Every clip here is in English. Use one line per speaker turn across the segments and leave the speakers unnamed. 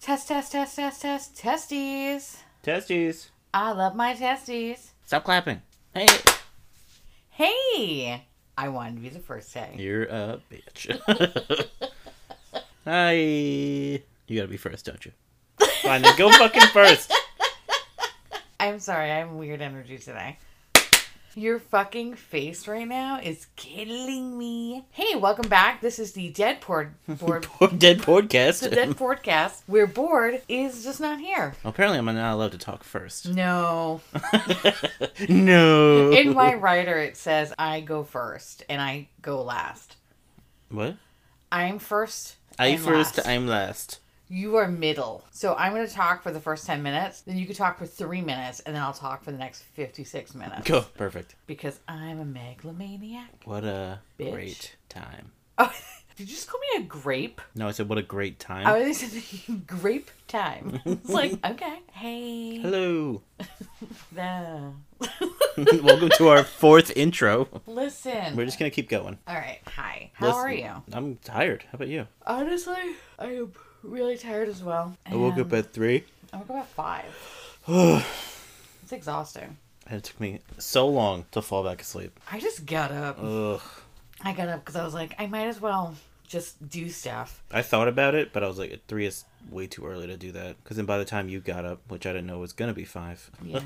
test, test, test, test, test, testes.
Testies.
I love my testes.
Stop clapping. Hey.
Hey, I wanted to be the first say.
You're a bitch. Hi. You gotta be first, don't you? Fine, then go fucking first.
I'm sorry, I'm weird energy today. Your fucking face right now is killing me. Hey, welcome back. This is the Dead Port Board
Poor dead
the
podcast.
Dead Podcast where Board is just not here.
Well, apparently, I'm not allowed to talk first.
No.
no.
Mm. In my writer it says I go first and I go last.
what?
I'm first.
I
and
first.
last.
I'm last.
You are middle. So I'm going to talk for the first 10 minutes, then you can talk for 3 minutes and then I'll talk for the next 56 minutes
Go. Perfect.
because I'm a megalomaniac.
What a
Bitch.
great time.
Oh, did you just call me a grape?
No, I said what a great time.
I was thinking grape time. It's like, okay. Hey.
Hello.
No.
Welcome to our fourth intro.
Listen.
We're just gonna keep going.
All right. Hi. How
Listen,
are you?
I'm tired. How about you?
Honestly, I am really tired as well.
I woke up
And
at three.
I woke up at five. It's exhausting.
It took me so long to fall back asleep.
I just got up.
Ugh.
I got up because I was like, I might as well just do stuff.
I thought about it, but I was like, three is way too early to do that. Because then by the time you got up, which I didn't know was gonna be five.
Yeah.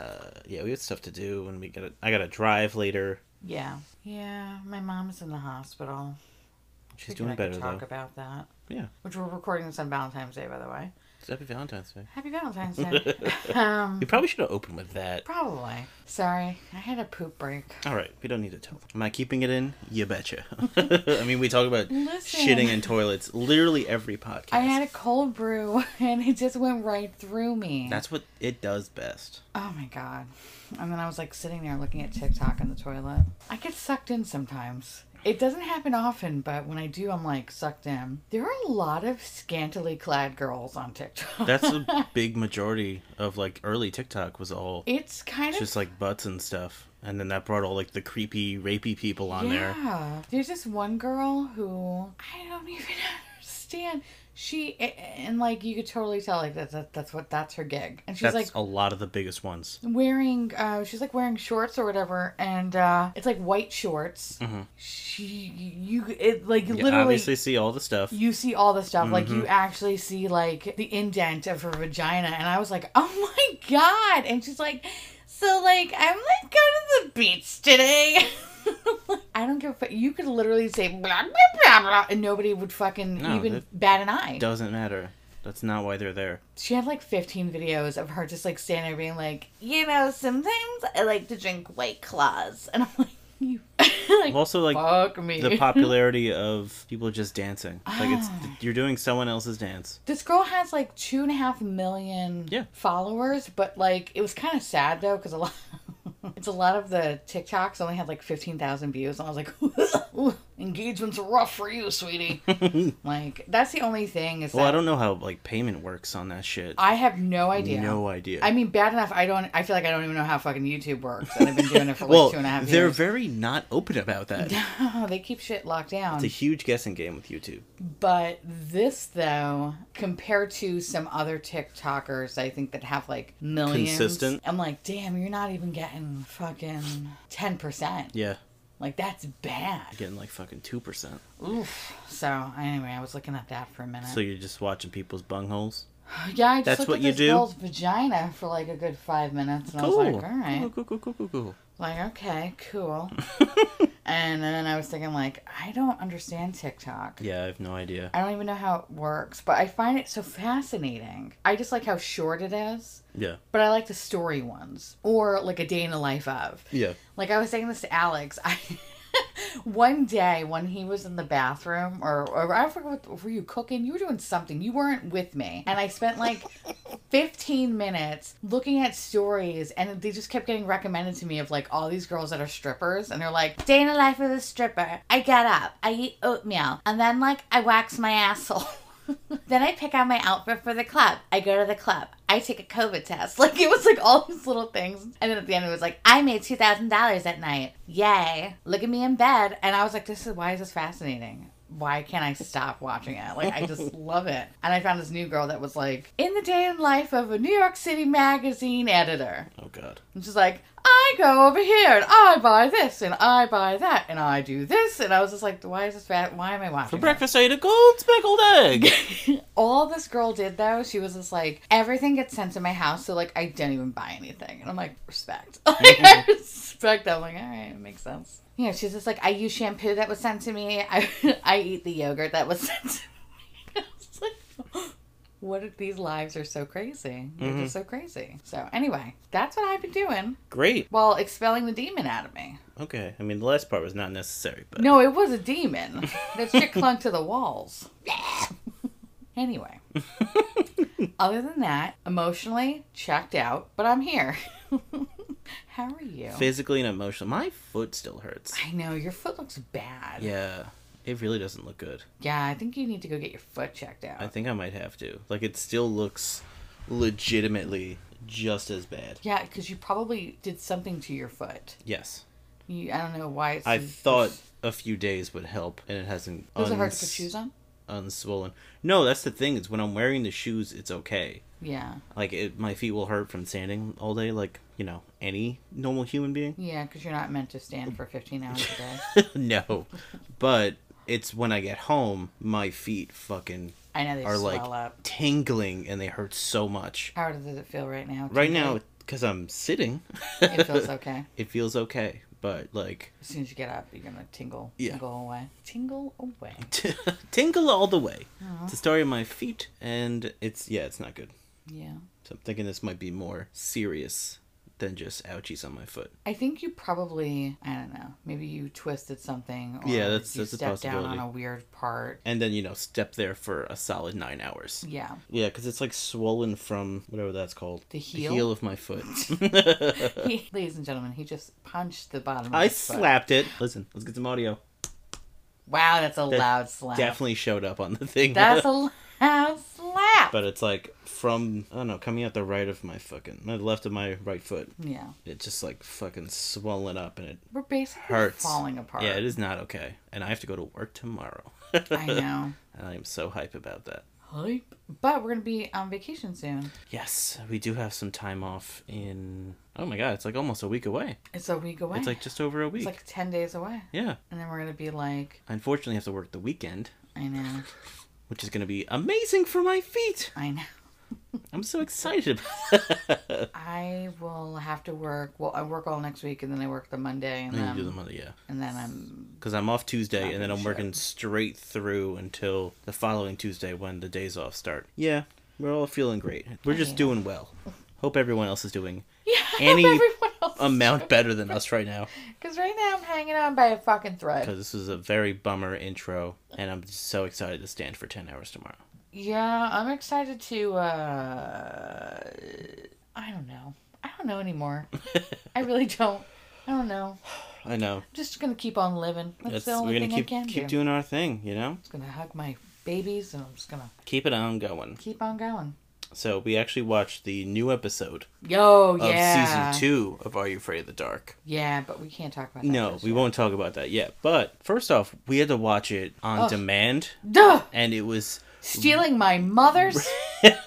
uh, yeah, we had stuff to do, and we got. I got to drive later.
yeah. Yeah. My mom's in the hospital.
She's
Thinking
doing
I could
better
Talk
though.
about that.
Yeah.
Which we're recording this on Valentine's Day, by the way.
It's Happy Valentine's Day.
Happy Valentine's Day. um,
We probably should have opened with that.
probably. Sorry, I had a poop break.
All right, we don't need to tell. Am I keeping it in? You betcha. I mean, we talk about
Listen.
shitting in toilets literally every podcast.
I had a cold brew and it just went right through me.
That's what it does best.
oh my god. And then I was like sitting there looking at TikTok in the toilet. I get sucked in sometimes. It doesn't happen often, but when I do, I'm like sucked in. There are a lot of scantily clad girls on TikTok.
That's a big majority of like early TikTok was all
it's kind of
just like butts and stuff, and then that brought all like the creepy, rapey people on there.
Yeah. There's this one girl who I don't even understand. She and like you could totally tell like that, that that's what that's her gig. And she's
That's
like
a lot of the biggest ones.
wearing uh she's like wearing shorts or whatever and uh it's like white shorts.
Mhm.
She you it like
You
literally
obviously see all the stuff.
you see all the stuff like
Mm-hmm.
you actually see like the indent of her vagina and i was like oh my god and she's like so like i'm like going to the beach today i don't give a fuck you could literally say blah blah blah blah and nobody would fucking
No,
even
that-
bat an eye
Doesn't matter. That's not why they're there.
she had like 15 videos of her just like standing there being like you know sometimes i like to drink white claws and i'm like you like,
Also, like
fuck me
the popularity of people just dancing. Like it's
Ah.
you're doing someone else's dance.
This girl has like two and a half million
Yeah.
followers, but like it was kind of sad though because a lot, it's a lot of the TikToks only had like fifteen thousand views, and I was like, engagements are rough for you, sweetie. like that's the only thing is
Well,
that
I don't know how like payment works on that shit.
I have no idea.
No idea.
I mean, bad enough. I don't. I feel like I don't even know how fucking YouTube works, and I've been doing it for like
well,
two and a half
they're
years.
very not open about that. It's
they keep shit locked down.
a huge guessing game with YouTube.
But this, though, compared to some other TikTokers, I think that have like millions.
Consistent.
I'm like, damn, you're not even getting fucking 10%.
Yeah,
Like, that's bad.
getting like fucking two percent.
Oof. So, anyway, I was looking at that for a minute.
So you're just watching people's bungholes.
yeah, I just
that's
looked
what
at
you
this
do?
girl's vagina for like a good five minutes. And I was like, all right.
cool, cool, cool, cool, cool, cool.
Like, okay, cool. and then I was thinking, like, I don't understand TikTok.
Yeah, I have no idea.
I don't even know how it works, but I find it so fascinating. I just like how short it is,
Yeah,
but I like the story ones or like a day in the life of.
yeah.
Like I was saying this to Alex, I one day when he was in the bathroom or, or I forgot what were you cooking? You were doing something. You weren't with me, and I spent like fifteen minutes looking at stories, and they just kept getting recommended to me of like all these girls that are strippers, and they're like, "Day in the life of a stripper. I get up, I eat oatmeal, and then like I wax my asshole." then I pick out my outfit for the club. I go to the club. I take a COVID test. Like it was like all these little things. And then at the end it was like, I made two thousand dollars at night. Yay. Look at me in bed. And I was like, this is why is this fascinating? why can't I stop watching it? Like, I just love it. And I found this new girl that was like, in the day and life of a New York City magazine editor.
Oh God.
And she's like, I go over here and I buy this and I buy that and I do this. And I was just like, why is this bad? Why am I watching
For
this?
breakfast, I ate a gold speckled egg.
All this girl did though, she was just like, everything gets sent to my house, so like I don't even buy anything. And I'm like, respect. Like, I respect. I'm like, all right, it makes sense. You know, she's just like, I use shampoo that was sent to me. I I eat the yogurt that was sent to me. I was like, what if these lives are so crazy? They're
Mhm.
just so crazy. So anyway, that's what I've been doing
Great.
while expelling the demon out of me.
Okay. I mean, the last part was not necessary, but
No, it was a demon. that shit clung to the walls. anyway. Other than that, emotionally checked out, but I'm here. How are you?
physically and emotionally, my foot still hurts.
I know your foot looks bad.
Yeah. It really doesn't look good.
Yeah, I think you need to go get your foot checked out.
I think I might have to. Like, it still looks legitimately just as bad.
yeah, because you probably did something to your foot.
Yes.
You, I don't know why. It's
I thought a few days would help, and it hasn't.
Those are hard to
uns-
put shoes on.
Unswollen. No, that's the thing. Is when I'm wearing the shoes, it's okay.
Yeah,
Like it, my feet will hurt from standing all day, like you know any normal human being.
yeah, because you're not meant to stand for 15 hours a day.
no, but it's when I get home, my feet fucking
I know they
are
swell
like
up.
tingling and they hurt so much.
How does it feel right now?
Right
Tingly?
now, because I'm sitting,
it feels okay.
It feels okay, but like
As soon as you get up, you're gonna tingle,
Yeah.
tingle away, tingle away.
tingle all the way. It's the story of my feet, and it's yeah, it's not good.
Yeah,
So I'm thinking this might be more serious than just ouchies on my foot.
I think you probably, I don't know, maybe you twisted something. Or
Yeah, that's-
you
that's a
stepped down on
possibility.
a weird part.
And then you know, step there for a solid nine hours.
Yeah,
Yeah, because it's like swollen from whatever that's called.
The heel?
The heel of my foot.
he, ladies and gentlemen, he just punched the bottom. Of
I
his foot.
slapped it. Listen, let's get some audio.
Wow, that's a
That
loud slap.
Definitely showed up on the thing.
that's a loud slap.
but it's like from I don't know, coming out the right of my fucking my left of my right foot.
yeah,
It just like fucking swollen up and it
we're basically
hurts.
falling apart.
Yeah, it is not okay. And I have to go to work tomorrow.
I know.
And I am so hype about that.
Hype. But we're gonna be on vacation soon.
Yes, we do have some time off in Oh my god, it's like almost a week away.
It's a week away.
It's like just over a week.
it's like ten days away,
Yeah.
and then we're gonna be like,
I unfortunately have to work the weekend,
I know,
which is going to be amazing for my feet.
I know.
I'm so excited. about
I will have to work. Well, I work all next week, and then I work the Monday, and
And
then
you do the Monday, yeah.
and then I'm
Because I'm off Tuesday, and then
Not
I'm
gonna
working straight through until the following Tuesday when the days off start. Yeah, we're all feeling great. We're just
Yeah.
doing well. Hope everyone else is doing
yeah.
Any
everyone else
amount better than us right now.
because right now I'm hanging on by a fucking thread.
Because this was a very bummer intro, and I'm just so excited to stand for 10 hours tomorrow.
Yeah, I'm excited to. uh I don't know. I don't know anymore. I really don't. I don't know.
I know.
I'm just gonna keep on living. That's,
That's,
the
we're
only thing
going to
I can
keep, keep
do.
doing our thing, you know?
I'm just gonna hug my babies, and I'm just gonna
Keep it on going.
keep on going.
So we actually watched the new episode
Yo,
of
yeah,
season two of Are You Afraid of the Dark?
yeah, but we can't talk about that.
No,
just
we
yet.
won't talk about that yet. But first off, we had to watch it on
Ugh.
demand,
Duh.
and it was
stealing my mother's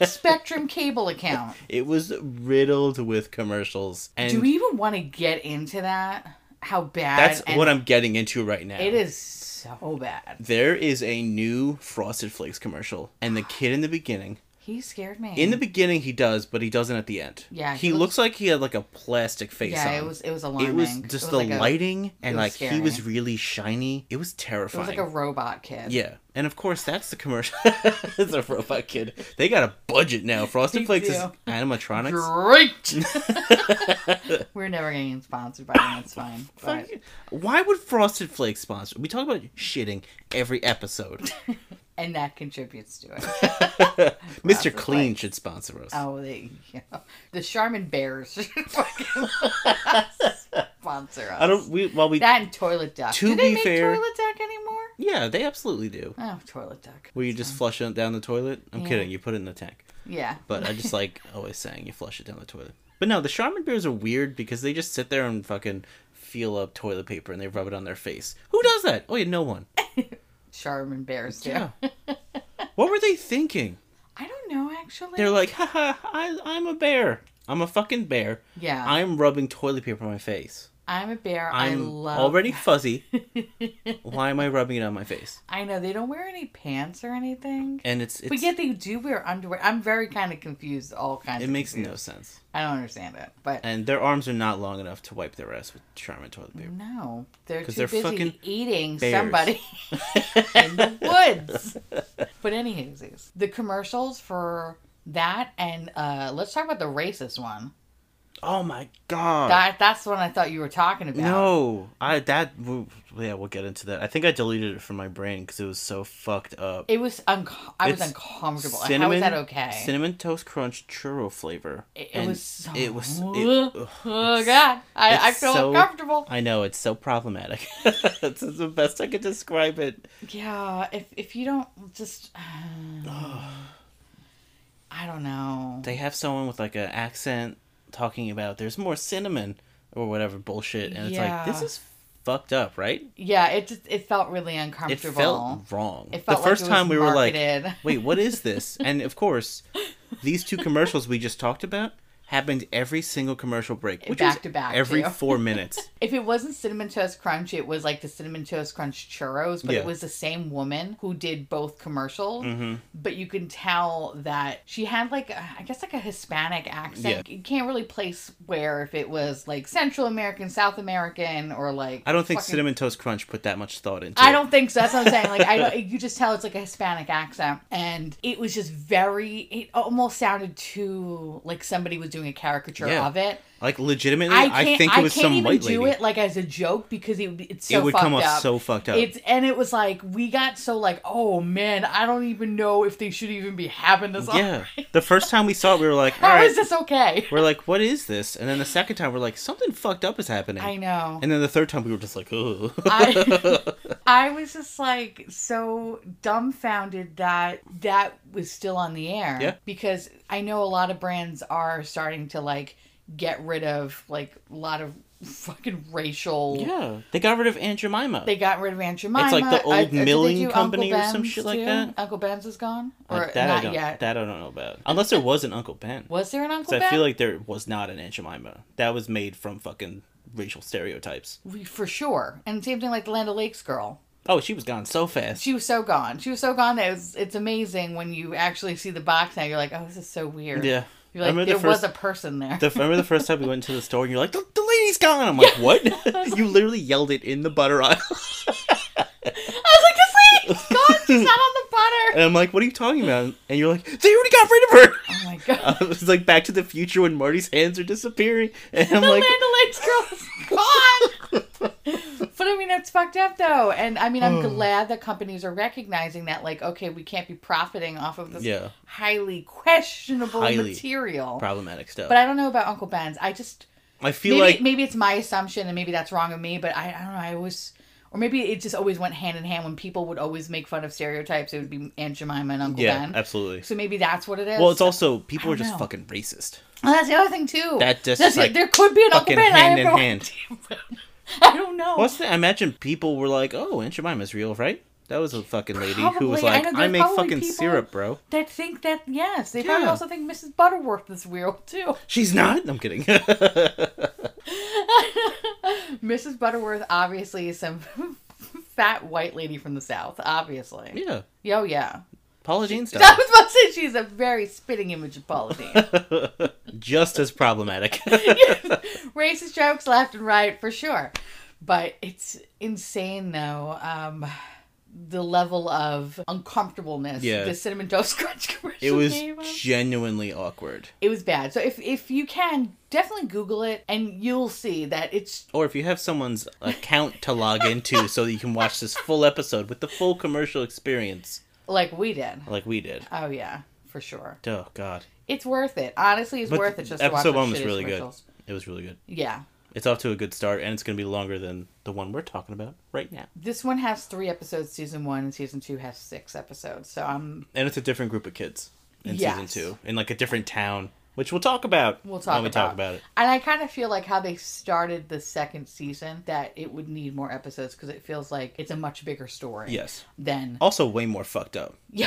Spectrum cable account.
it was riddled with commercials, and
Do we even want to get into that? How bad?
that's
and
what I'm getting into right now.
It is so bad.
There is a new Frosted Flakes commercial, and the kid in the beginning.
He scared me.
In the beginning, he does, but he doesn't at the end.
Yeah,
he,
he looks-
looks, like he had like a plastic face
yeah,
on.
it was it was alarming.
It was just the
like a-
lighting, and
was
like he was
scary.
really shiny. It was
It
terrifying.
was like a robot kid.
Yeah, and of course that's the commercial. it's a robot kid. They got a budget now. Frosted
They
Flakes is
do.
animatronics.
Great. We're never getting sponsored by them. It's fine. But
Fuck you. Why would Frosted Flakes sponsor? We talk about shitting every episode.
and that contributes to it.
Mr.
Frosted
Clean
Flakes.
should sponsor us.
Oh, they, you know, the Charmin Bears should fucking sponsor us.
I don't. We well we.
That and toilet duck.
To
Do they
be
make
fair-
toilet duck anymore?
yeah, they absolutely do.
Oh, toilet duck.
Will you just flush it down the toilet? I'm
Yeah.
kidding. You put it in the tank.
Yeah.
But I just like always saying you flush it down the toilet. But no, the Charmin bears are weird because they just sit there and fucking feel up toilet paper and they rub it on their face. Who does that? Oh yeah, no one.
Charmin bears do.
Yeah. what were they thinking?
I don't know actually.
They're like, haha, I, I'm a bear. I'm a fucking bear.
yeah, I'm,
I'm rubbing toilet paper on my face.
a bear. Uh. i
I'm
love
already fuzzy. Why am I rubbing it on my face?
I know they don't wear any pants or anything.
And it's, it's
but yet they do wear underwear. I'm very kind of confused. All kinds.
it
of
makes
confused.
no sense.
I don't understand it, but
And their arms are not long enough to wipe their ass with Charmin toilet paper.
no, they're
'Cause
too
they're
busy
fucking
eating
bears.
somebody in the woods. But any hazes, the commercials for that, and uh, let's talk about the racist one.
Oh my god.
That that's the one I thought you were talking about.
No, I that w- yeah we'll get into that. I think I deleted it from my brain because it was so fucked up.
It was unco- I was
It's
uncomfortable. and How is that okay?
Cinnamon toast crunch churro flavor.
it, it
And
was so.
It was.
oh
It, ugh, it's-
god, I, I
it's
feel
so-
uncomfortable.
I know it's so problematic. That's the best I could describe it.
Yeah, if if you don't just, I don't know.
They have someone with like an accent talking about there's more cinnamon or whatever bullshit, and it's like this
Yeah.
is fucked up, right?
yeah, it just it felt really
It
uncomfortable.
felt wrong.
It felt
the
like
first
it was
time we were like,
marketed.
wait, what is this? And of course, these two commercials we just talked about happened every single commercial break, which
Back
was
to back,
every
too.
four minutes.
If it wasn't Cinnamon Toast Crunch, it was like the Cinnamon Toast Crunch churros, but
Yeah.
it was the same woman who did both commercials.
hmm
But you can tell that she had like, a- I guess like a Hispanic accent. You can't really place where if it was like Central American, South American, or like.
I don't think
fucking-
Cinnamon Toast Crunch put that much thought into.
I
it.
don't think so. That's what I'm saying. Like I don't, you just tell it's like a Hispanic accent, and it was just very. It almost sounded too like somebody was doing a caricature
Yeah.
of it.
like legitimately.
I
I,
can't.
think it was
I can't
some
even
white
do
lady.
it like as a joke because it would be, it's so
it would
fucked
come off
up.
so fucked up.
It's and it was like we got so like oh man I don't even know if they should even be having this. on-
yeah, the first time we saw it, we were like, all
How
right.
is this okay?
We're like, what is this? And then the second time, we're like, something fucked up is happening.
I know.
And then the third time, we were just like, oh.
I- I was just like so dumbfounded that that was still on the air.
Yeah.
Because I know a lot of brands are starting to like get rid of like a lot of fucking racial.
yeah, they got rid of Aunt Jemima.
They got rid of Aunt Jemima.
like the old
I- did they
milling
do Uncle
company or some
Ben's
shit like that?
Uncle Ben's is gone, or
Like, that I
not
don't,
yet.
That I don't know about. Unless there was an Uncle Ben.
Was there an Uncle
So
Ben?
I feel like there was not an Aunt Jemima. That was made from fucking racial stereotypes.
We- for sure. And same thing like the Land O'Lakes girl.
Oh, she was gone so fast.
She was so gone. She was so gone that it was, it's amazing when you actually see the box now. You're like, oh, this is so weird.
yeah.
You're like,
remember
there
the first,
was a person there.
the, remember the first time we went to the store and you're like, the, the lady's gone. I'm like, what? you literally yelled it in the butter aisle.
I was like, this lady's gone. She's not on the butter.
and I'm like, what are you talking about? And you're like, they already got rid of her.
Oh my god.
I was like, Back to the Future when Marty's hands are disappearing. And I'm
the
like,
Land O'Lakes girl is gone. but I mean, it's fucked up though, and I mean, I'm
Hmm.
glad that companies are recognizing that, like, okay, we can't be profiting off of this
Yeah.
highly questionable
Highly.
material.
problematic stuff.
but I don't know about Uncle Ben's. I just
I feel
maybe
like
maybe it's my assumption, and maybe that's wrong of me. But I, I don't know. I always. Or maybe it just always went hand in hand when people would always make fun of stereotypes. It would be Aunt Jemima and Uncle
yeah,
Ben.
absolutely.
So maybe that's what it is.
Well, it's also people
I
are just
don't know.
fucking racist.
Well, that's the other thing too.
That just,
That's the-
like,
there could be an Uncle
fucking
Ben. I have
hand in
no
hand.
idea. I don't know.
What's the? I imagine people were like, "Oh, Aunt Jemima's real, right?ut That was a fucking lady who was
Probably. I
like,
know
"I,
there's
make
probably
fucking
people-
syrup, bro."
They think that yes, they probably
Yeah.
also think Mrs. Butterworth is real too.
She's not. I'm kidding.
Mrs. Butterworth obviously is some fat white lady from the south. Obviously,
yeah,
oh yeah.
Paula Deen
I
style.
was about to say she's a very spitting image of Paula Deen.
just as problematic.
Racist jokes left and right for sure, but it's insane though. Um, the level of uncomfortableness
Yeah.
the cinnamon toast crunch commercial
it was
gave us.
genuinely awkward.
It was bad. So if if you can, definitely Google it, and you'll see that it's
Or if you have someone's account to log into so that you can watch this full episode with the full commercial experience,
like we did.
like we did.
Oh yeah, for sure.
Oh God,
It's worth it. Honestly, it's
But
worth it just to watch
episode
those
one was
shitty
really good.
commercials.
it was really good.
Yeah,
It's off to a good start, and it's going to be longer than the one we're talking about right now.
this one has three episodes. Season one and season two has six episodes. So um, I'm
and it's a different group of kids in
Yes.
season two in like a different town which we'll talk about
We'll talk
when we talk about it.
And I kind of feel like how they started the second season that it would need more episodes because it feels like it's a much bigger story.
Yes.
Than
Also, way more fucked up.
yo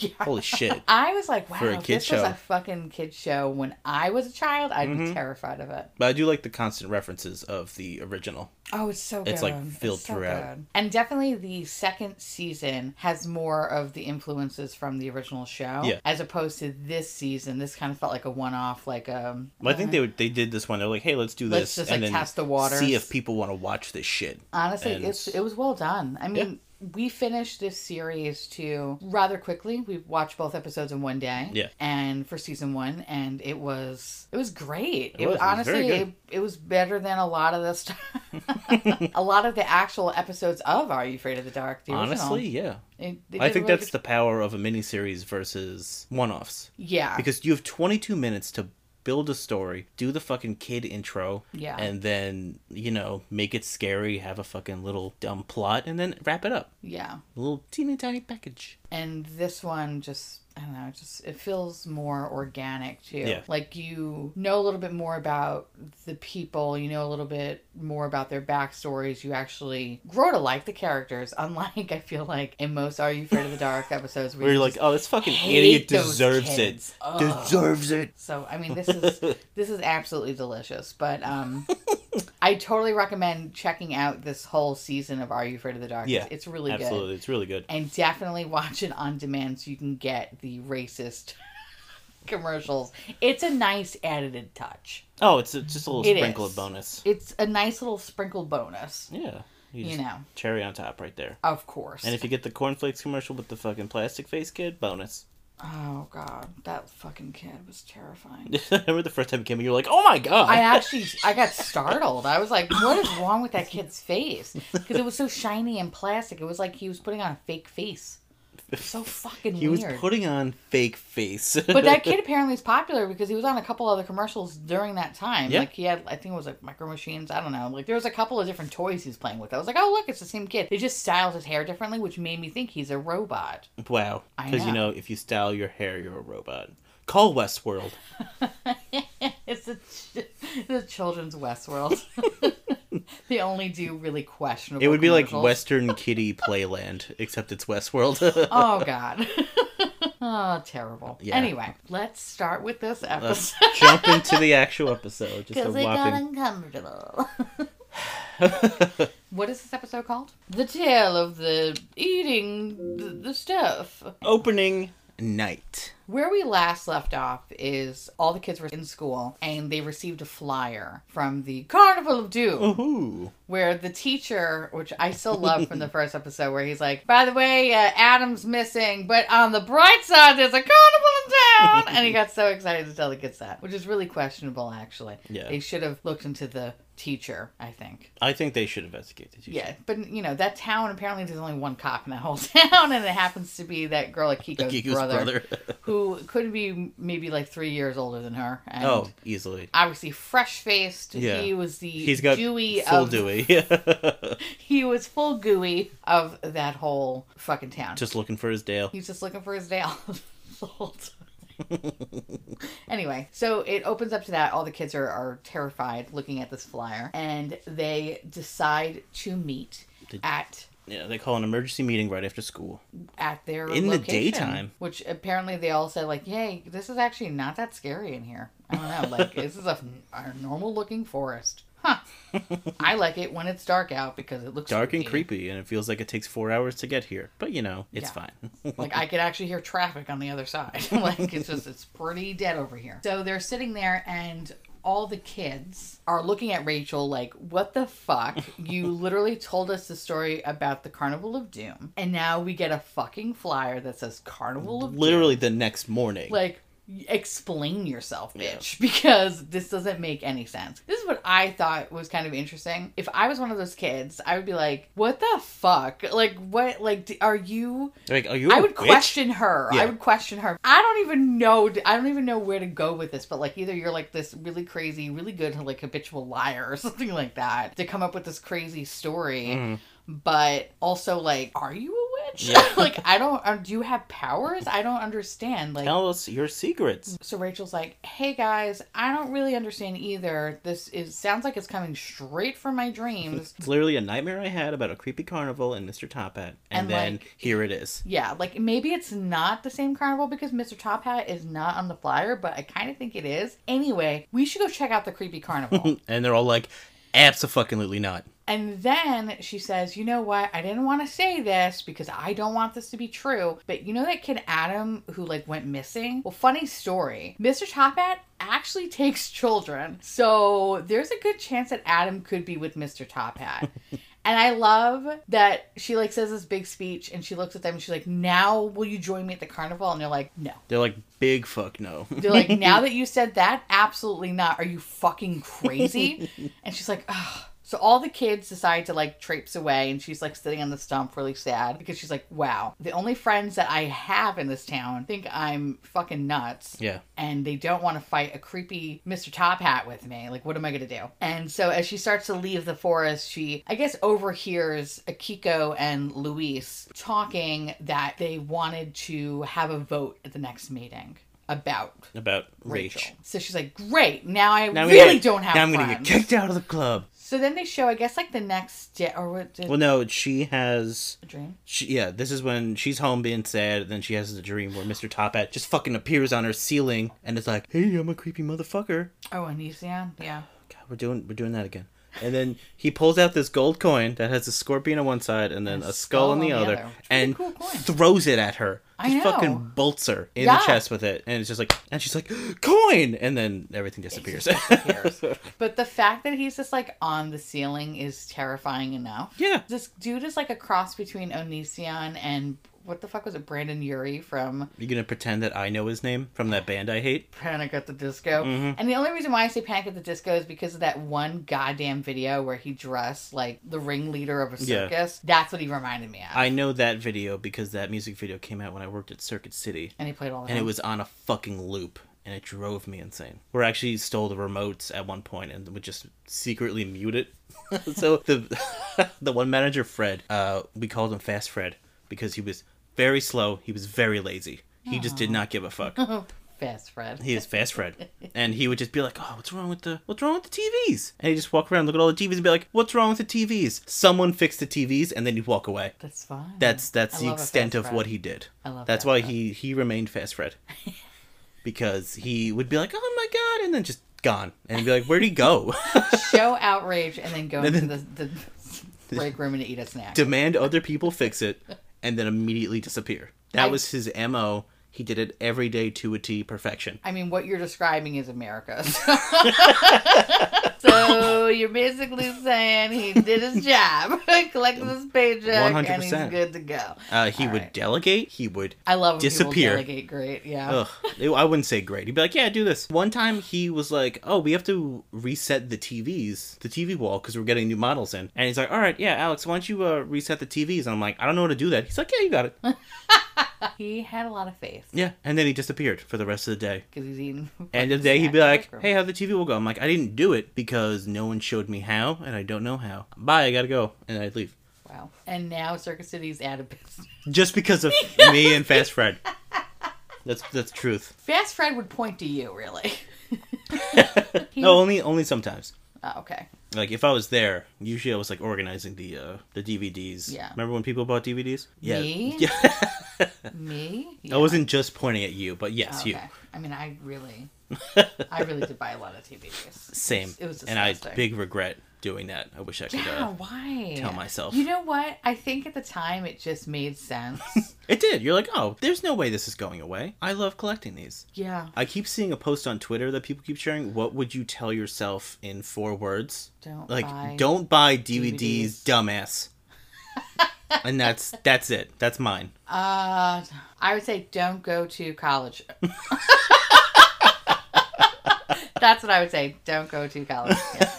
yeah.
Holy shit.
I was like, wow,
For a
if
kid
this was
show.
a fucking kid show when I was a child. I'd be
Mhm.
terrified of it.
But I do like the constant references of the original.
Oh, it's so good.
It's, like, filled
so
throughout.
good. And definitely the second season has more of the influences from the original show.
Yeah.
As opposed to this season, this kind of felt like a one off, like um
Well, I think they would, they did this one. They're like, hey, let's do
Let's
this
just,
and
like,
then
test the waters.
see if people want to watch this shit.
Honestly,
And-
it's it was well done. I mean, we finished this series too rather quickly. We watched both episodes in one day.
Yeah.
And for season one, and it was it was great.
It was. It was
honestly
very good.
It, it was better than a lot of the stuff. a lot of the actual episodes of Are You Afraid of the Dark? The original.
Honestly, yeah.
It- they
I
did
think
really
that's
good-
the power of a miniseries versus one-offs
yeah.
because you have 22 minutes to build a story, do the fucking kid intro,
Yeah.
and then you know make it scary, have a fucking little dumb plot, and then wrap it up.
yeah.
A little teeny tiny package.
and this one just I don't know, it just it feels more organic too.
Yeah.
Like you know a little bit more about the people, you know a little bit more about their backstories. You actually grow to like the characters, unlike I feel like in most Are You Afraid of the Dark episodes
Where
you
you're like,
just
oh, this fucking
hate
idiot
those
deserves it.
kids. Ugh.
Deserves it.
So I mean, this is this is absolutely delicious. But um, I totally recommend checking out this whole season of Are You Afraid of the Dark?
Yeah,
it's really good.
Absolutely, it's really good.
and definitely watch it on demand so you can get the racist commercials. It's a nice edited touch.
Oh, it's, it's just a little
It
sprinkle
is.
of bonus.
It's a nice little sprinkle bonus,
Yeah,
you
you, just
know.
cherry on top right there.
Of course.
And if you get the cornflakes commercial with the fucking plastic face kid, bonus.
oh god, that fucking kid was terrifying.
Remember the first time it came, you were like, "Oh my god!"
I actually I got startled. I was like, "What is wrong with that kid's face?" Because it was so shiny and plastic. It was like he was putting on a fake face. So fucking
he was
weird.
putting on fake face.
but that kid apparently is popular because he was on a couple other commercials during that time.
Yeah.
Like he had, I think it was like Micro Machines. I don't know. Like there was a couple of different toys he was playing with. I was like, oh look, it's the same kid. They just styled his hair differently, which made me think he's a robot.
wow,
I
because you
know.
know, if you style your hair, you're a robot. Call Westworld.
it's the ch- the children's Westworld. they only do really questionable.
It would be like
commercials.
Western Kitty Playland, except it's Westworld.
Oh god. oh, terrible.
Yeah. Uh,
Anyway, let's start with this
Let's
episode.
jump into the actual episode. Just a
Because it got
whopping.
uncomfortable. what is this episode called? The tale of the eating the, the stuff.
Opening night.
Where we last left off is all the kids were in school and they received a flyer from the Carnival of
Oh,
Doom,
Ooh.
where the teacher, which I still love from the first episode, where he's like, "By the way, uh, Adam's missing, but on the bright side, there's a carnival in town," and he got so excited to tell the kids that, which is really questionable, actually.
Yeah.
they should have looked into the teacher, I think.
I think they should investigate the teacher.
Yeah, but you know that town. Apparently, there's only one cop in that whole town, and it happens to be that girl Akiko's,
Gigu's
brother,
brother.
who could be maybe like three years older than her. And
oh, easily.
obviously fresh faced.
Yeah.
He was the
He's got
Dewey
full
of
Dewey.
he was full gooey of that whole fucking town.
just looking for his Dale.
He's just looking for his nail the whole time. anyway, so it opens up to that. All the kids are, are terrified looking at this flyer, and they decide to meet
Did-
at
Yeah, they call an emergency meeting right after school.
at their
In the
location,
daytime.
which apparently they all said like, "Hey, this is actually not that scary in here." I don't know, like this is a, a normal looking forest. Huh. I like it when it's dark out because it looks
Dark and
spooky.
creepy, and it feels like it takes four hours to get here. But you know, it's
Yeah.
fine.
like I could actually hear traffic on the other side. like it's just it's pretty dead over here. So they're sitting there and all the kids are looking at Rachel like, "What the fuck? You literally told us the story about the Carnival of Doom, and now we get a fucking flyer that says Carnival of Doom."
Literally the next morning.
Like, y- explain yourself,
Yeah.
bitch, because this doesn't make any sense. This is what I thought was kind of interesting. If I was one of those kids, I would be like, "What the fuck? Like, what? Like, d- are you?"
Like, are you?
I
a
would
bitch?
question her. I
Yeah.
would question her. I don't even know. I don't even know where to go with this. But like, either you're like this really crazy, really good like habitual liar or something like that to come up with this crazy story.
Mhm.
But also, like, are you a much?
Yeah.
like, I don't. Um, do you have powers? I don't understand. Like,
Tell us your secrets.
so Rachel's like, "Hey guys, I don't really understand either. This is sounds like it's coming straight from my dreams."
It's literally a nightmare I had about a creepy carnival and Mr. Top Hat, and,
And,
then
like-
here it is.
yeah, like maybe it's not the same carnival because Mr. Top Hat is not on the flyer, but I kind of think it is. Anyway, we should go check out the creepy carnival.
And they're all like, absolutely not.
And then she says, You know what? I didn't want to say this because I don't want this to be true. But you know that kid Adam who like went missing? Well, funny story. Mr. Top Hat actually takes children. So there's a good chance that Adam could be with Mr. Top Hat. And I love that she like says this big speech and she looks at them and she's like, Now will you join me at the carnival? And they're like, No.
They're like, big fuck no.
They're like, now that you said that, absolutely not. Are you fucking crazy? and she's like, ugh. So all the kids decide to like traipse away, and she's like sitting on the stump, really sad, because she's like, wow, the only friends that I have in this town think I'm fucking nuts
yeah.
and they don't want to fight a creepy Mr. Top Hat with me. Like, what am I going to do? And so, as she starts to leave the forest, she, I guess, overhears Akiko and Luis talking that they wanted to have a vote at the next meeting about
About
Rachel.
Rachel.
So she's like, great, now I
Now I'm
really
gonna-
don't have
Now I'm
friends.
gonna get kicked out of the club.
So then they show, I guess, like the next day, or what, did,
Well, no, she has.
a dream?
She, yeah, this is when she's home being sad, and then she has the dream where Mr. Top Hat just fucking appears on her ceiling, and it's like, "Hey, I'm a creepy motherfucker."
Oh, and Elysian? Yeah.
God, we're doing we're doing that again. And then he pulls out this gold coin that has a scorpion on one side and then a, skull, on the, other,
It's a
and
pretty cool coin.
throws it at her.
I
Just
know.
fucking bolts her in
Yeah.
the chest with it, and it's just like, and she's like, coin, and then everything disappears.
disappears. But the fact that he's just like on the ceiling is terrifying enough.
yeah,
This dude is like a cross between Onision and what the fuck was it, Brandon Yuri from
you gonna pretend that I know his name from that band I hate?
Panic at the Disco.
Mm-hmm.
And the only reason why I say Panic at the Disco is because of that one goddamn video where he dressed like the ringleader of a
Yeah.
circus. That's what he reminded me of.
I know that video because that music video came out when I worked at Circuit City,
and he played all the
and it
time.
was on a fucking loop. And it drove me insane. We actually stole the remotes at one point and would just secretly mute it. so the the one manager Fred, uh, we called him Fast Fred because he was very slow. He was very lazy. He just did not give a fuck.
Fast Fred.
He is Fast Fred, and he would just be like, "Oh, what's wrong with the what's wrong with the TVs?" And he would just walk around, look at all the TVs, and be like, "What's wrong with the TVs?" Someone fixed the TVs, and then he'd walk away.
that's fine.
That's that's
I
the
love a
extent
Fast
of
Fred.
what he did.
I love
That's
Fast
why
Fred.
he he remained Fast Fred, because he would be like, "Oh my god," and then just gone, and he'd be like, "Where'd he go?"
show outrage and then go
And
into the, the break room and eat a snack.
Demand other people fix it, and then immediately disappear. That
I-
was his mo. He did it every day to a T perfection.
I mean, what you're describing is America. So, So you're basically saying he did his job, collected his paycheck, and he's
100%.
good to go.
Uh, he
All
would
right.
delegate. He would
I love when
disappear.
People delegate great, yeah.
Ugh, Ew, I wouldn't say great. He'd be like, "Yeah, do this." One time, he was like, "Oh, we have to reset the TVs, the TV wall, because we're getting new models in." And he's like, "All right, yeah, Alex, why don't you uh, reset the TVs?" And I'm like, "I don't know how to do that." He's like, "Yeah, you got it."
He had a lot of faith
yeah, and then he disappeared for the rest of the day.
because he's eating.
And the
breakfast
day, he'd be
snack
like,
in the break room.
"Hey, how the TV will go?" I'm like, "I didn't do it because no one showed me how, and I don't know how. Bye, I gotta go," and I'd leave
wow!" And now Circus City's out of business.
just because of me and Fast Fred. That's that's truth.
Fast Fred would point to you, really. He-
No, only only sometimes.
Oh, okay.
like if I was there, usually I was like organizing the uh the DVDs.
Yeah.
Remember when people bought DVDs? Yeah.
Me?
Yeah.
Me?
I wasn't just pointing at you, but yes, you.
Oh, I mean, I really, I really did buy a lot of TVs.
Same.
It was
and I
disgusting.
big regret doing that. I wish I could.
Yeah,
Uh,
why?
tell myself.
You know what? I think at the time it just made sense.
it did. You're like, oh, there's no way this is going away. I love collecting these.
yeah.
I keep seeing a post on Twitter that people keep sharing. What would you tell yourself in four words?
Don't
Like,
buy-
don't buy DVDs,
DVDs.
dumbass. and that's that's it. That's mine.
Uh, I would say don't go to college. That's what I would say. Don't go to college. Yeah.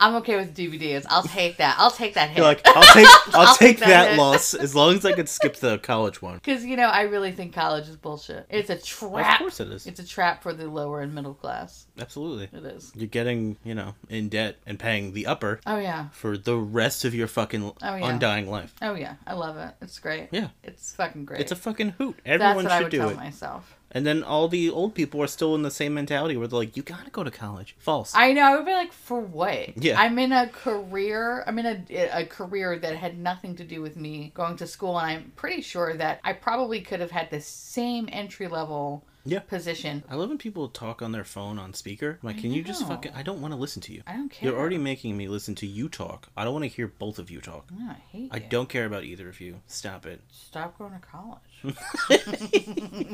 I'm okay with DVDs. I'll take that. I'll take that hit.
You're like, I'll take, I'll,
I'll
take
take
that,
that hit.
loss as long as I could skip the college one.
Because you know, I really think college is bullshit. It's a
Of
trap.
course it is.
It's a trap for the lower and middle class.
Absolutely.
It is.
You're getting, you know, in debt and paying the upper
Oh yeah.
for the rest of your fucking
Oh, yeah.
undying life.
Oh yeah. I love it. It's great.
Yeah.
It's fucking great.
It's a fucking hoot.
That's
Everyone
what I
should
would
do
tell
it.
myself.
And then all the old people are still in the same mentality where they're like, you gotta go to college. False.
I know. I would be like, for what?
Yeah.
I'm in a career. I'm in a, a career that had nothing to do with me going to school, and I'm pretty sure that I probably could have had the same entry level
Yeah.
position.
I love when people talk on their phone on speaker. I'm like, can you just
know.
fucking? I don't want to listen to you.
I don't care.
You're already making me listen to you talk. I don't want to hear both of you talk.
No, I hate
I
you.
don't care about either of you. Stop it.
Stop going to college.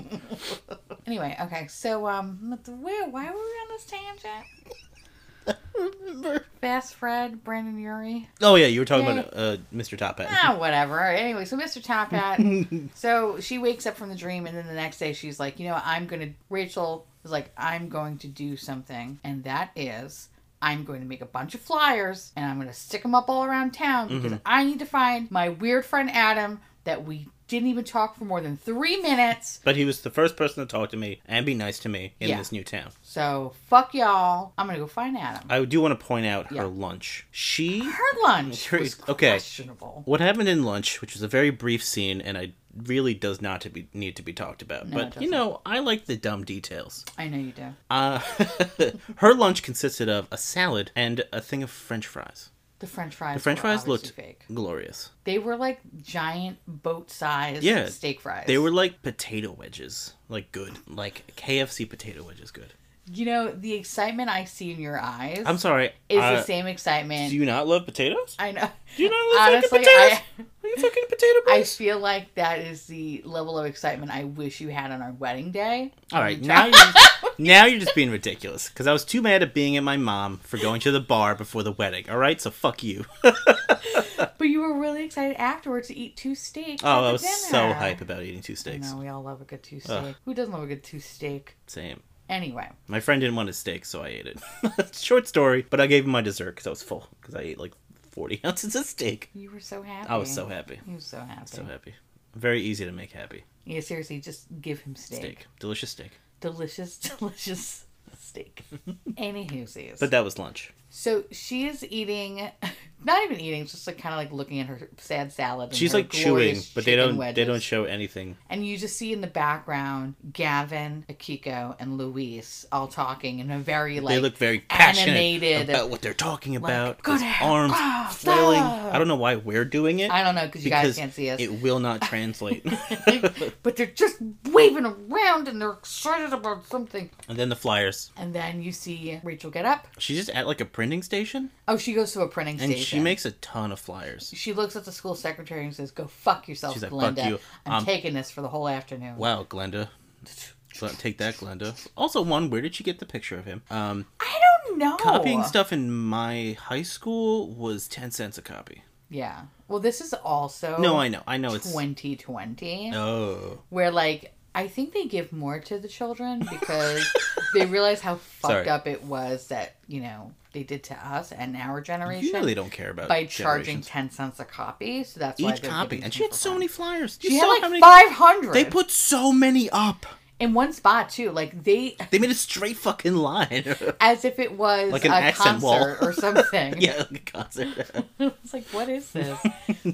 anyway, okay. So, um, where, why were we on this tangent? Fast Fred, Brandon Urie.
Oh yeah, you were talking
Yeah.
about uh, Mr. Top Hat.
Ah, whatever. Anyway, so Mr. Top Hat. so she wakes up from the dream, and then the next day she's like, you know, what, I'm gonna. Rachel is like, I'm going to do something, and that is. I'm going to make a bunch of flyers and I'm going to stick them up all around town because
Mm-hmm.
I need to find my weird friend Adam that we didn't even talk for more than three minutes
But he was the first person to talk to me and be nice to me in
Yeah.
this new town.
So fuck y'all. I'm gonna go find Adam.
I do want to point out her
Yeah.
lunch. She
Her lunch
Sure,
was
okay.
questionable.
what happened in lunch, which was a very brief scene, and I really does not to be need to be talked about.
No,
but
it
you know, I like the dumb details.
I know you do.
Uh, her lunch consisted of a salad and a thing of French fries.
The French fries.
The French
were
fries
obviously
looked
fake.
glorious.
They were like giant boat-sized
Yeah,
steak fries.
They were like potato wedges, like good, like KFC potato wedges, good.
You know the excitement I see in your eyes
I'm sorry,
is
uh,
the same excitement.
do you not love potatoes?
I know.
Do you not love
Honestly,
fucking potatoes?
I
Are you fucking potato
I
boys?
feel like that is the level of excitement I wish you had on our wedding day.
All right, now you're now you're just being ridiculous because I was too mad at being at my mom for going to the bar before the wedding. All right, so fuck you.
But you were really excited afterward to eat two steaks.
Oh,
at
I
the
was so
dinner.
hype about eating two
I
steaks.
know we all love a good two steak.
Ugh.
Who doesn't love a good two steak?
Same.
Anyway,
My friend didn't want his steak, so I ate it. Short story, but I gave him my dessert because I was full because I ate like 40 ounces of steak.
you were so happy.
I was so happy.
He was so happy.
So happy. Very easy to make happy.
Yeah, seriously, just give him steak.
Steak. Delicious steak.
Delicious, delicious steak. Any hoosies.
But that was lunch.
so she is eating, not even eating, just like kind of like looking at her sad salad. and
She's
her
like chewing,
glorious
but they
chicken
don't they
wedges.
don't show anything.
And you just see in the background Gavin, Akiko, and Luis all talking in a very like
they look very passionate
animated.
about what they're talking about.
go
his
there,
arms
go,
flailing.
stop.
I don't know why we're doing it.
I don't know because you guys
because
can't see us.
It will not translate.
but they're just waving around and they're excited about something.
and then the flyers.
And then you see Rachel get up.
She's just at like a printing station
Oh, she goes to a printing
and
station.
she makes a ton of flyers.
She looks at the school secretary and says, "Go fuck yourself,
She's like,
Glenda.
"Fuck you.
I'm
Um,
taking this for the whole afternoon."
Wow, Glenda. Gl- Take that, Glenda. Also, one, where did she get the picture of him? Um,
I don't know.
copying stuff in my high school was 10 cents a copy.
Yeah. Well, this is also
No, I know. I know it's.
2020,
Oh.
where like I think they give more to the children because they realize how fucked
Sorry.
up it was that you know they did to us and our generation.
You know they don't care about
by charging
generations.
ten cents a copy. So that's why
each
they're
copy,
giving
and she had
10%.
so many flyers. You
She had
saw
like
how many-
five hundred.
They put so many up.
in one spot too. Like they,
They made a straight fucking line.
as if it was
Like an
a
accent
concert
wall.
or something.
yeah, like a concert.
it's like what is this?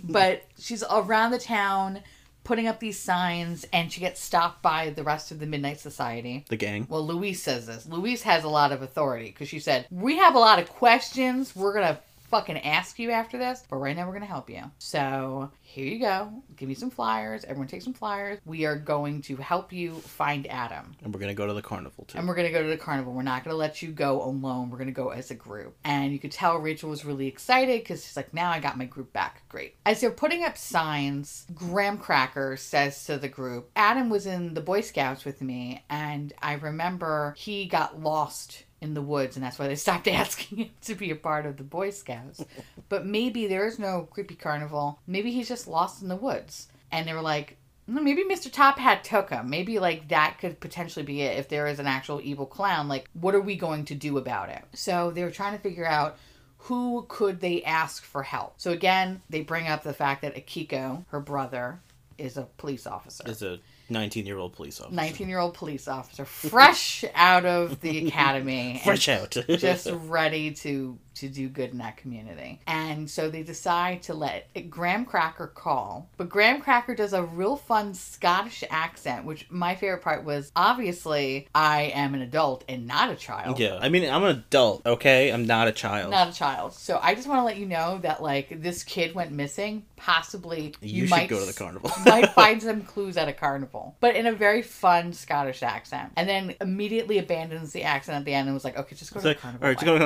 but she's around the town putting up these signs, and she gets stopped by the rest of the Midnight Society.
the gang.
Well, Louise says this. Louise has a lot of authority because she said, We have a lot of questions. We're going to fucking ask you after this, but right now we're going to help you. So here you go. Give me some flyers. Everyone take some flyers. We are going to help you find Adam.
And we're gonna go to the carnival too.
And we're going to go to the carnival. We're not going to let you go alone. We're going to go as a group. And you could tell Rachel was really excited because she's like, now I got my group back. Great. As they're putting up signs, Graham Cracker says to the group, Adam was in the Boy Scouts with me. And I remember he got lost in the woods. And that's why they stopped asking him to be a part of the Boy Scouts. but maybe there is no creepy carnival. Maybe he's just lost in the woods. And they were like, no, maybe Mr. Top Hat took him. Maybe like that could potentially be it if there is an actual evil clown. Like, what are we going to do about it? So they were trying to figure out who could they ask for help? So again, they bring up the fact that Akiko, her brother, is a police officer.
Is a 19 year old police officer.
19 year old police officer, fresh out of the academy. and
Fresh out.
just ready to to do good in that community. And so they decide to let Graham Cracker call. But Graham Cracker does a real fun Scottish accent, which my favorite part was obviously I am an adult and not a child.
yeah. I mean, I'm an adult, okay? I'm not a child.
Not a child. So I just want to let you know that like this kid went missing. Possibly
you,
you,
should
might
go to the carnival.
might find some clues at a carnival, but in a very fun Scottish accent. And then immediately abandons the accent at the end and was like, "Okay, just go
It's
to
like,
the
all
carnival."
right, just go to the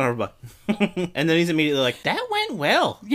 carnival. and then he's immediately like, that went well.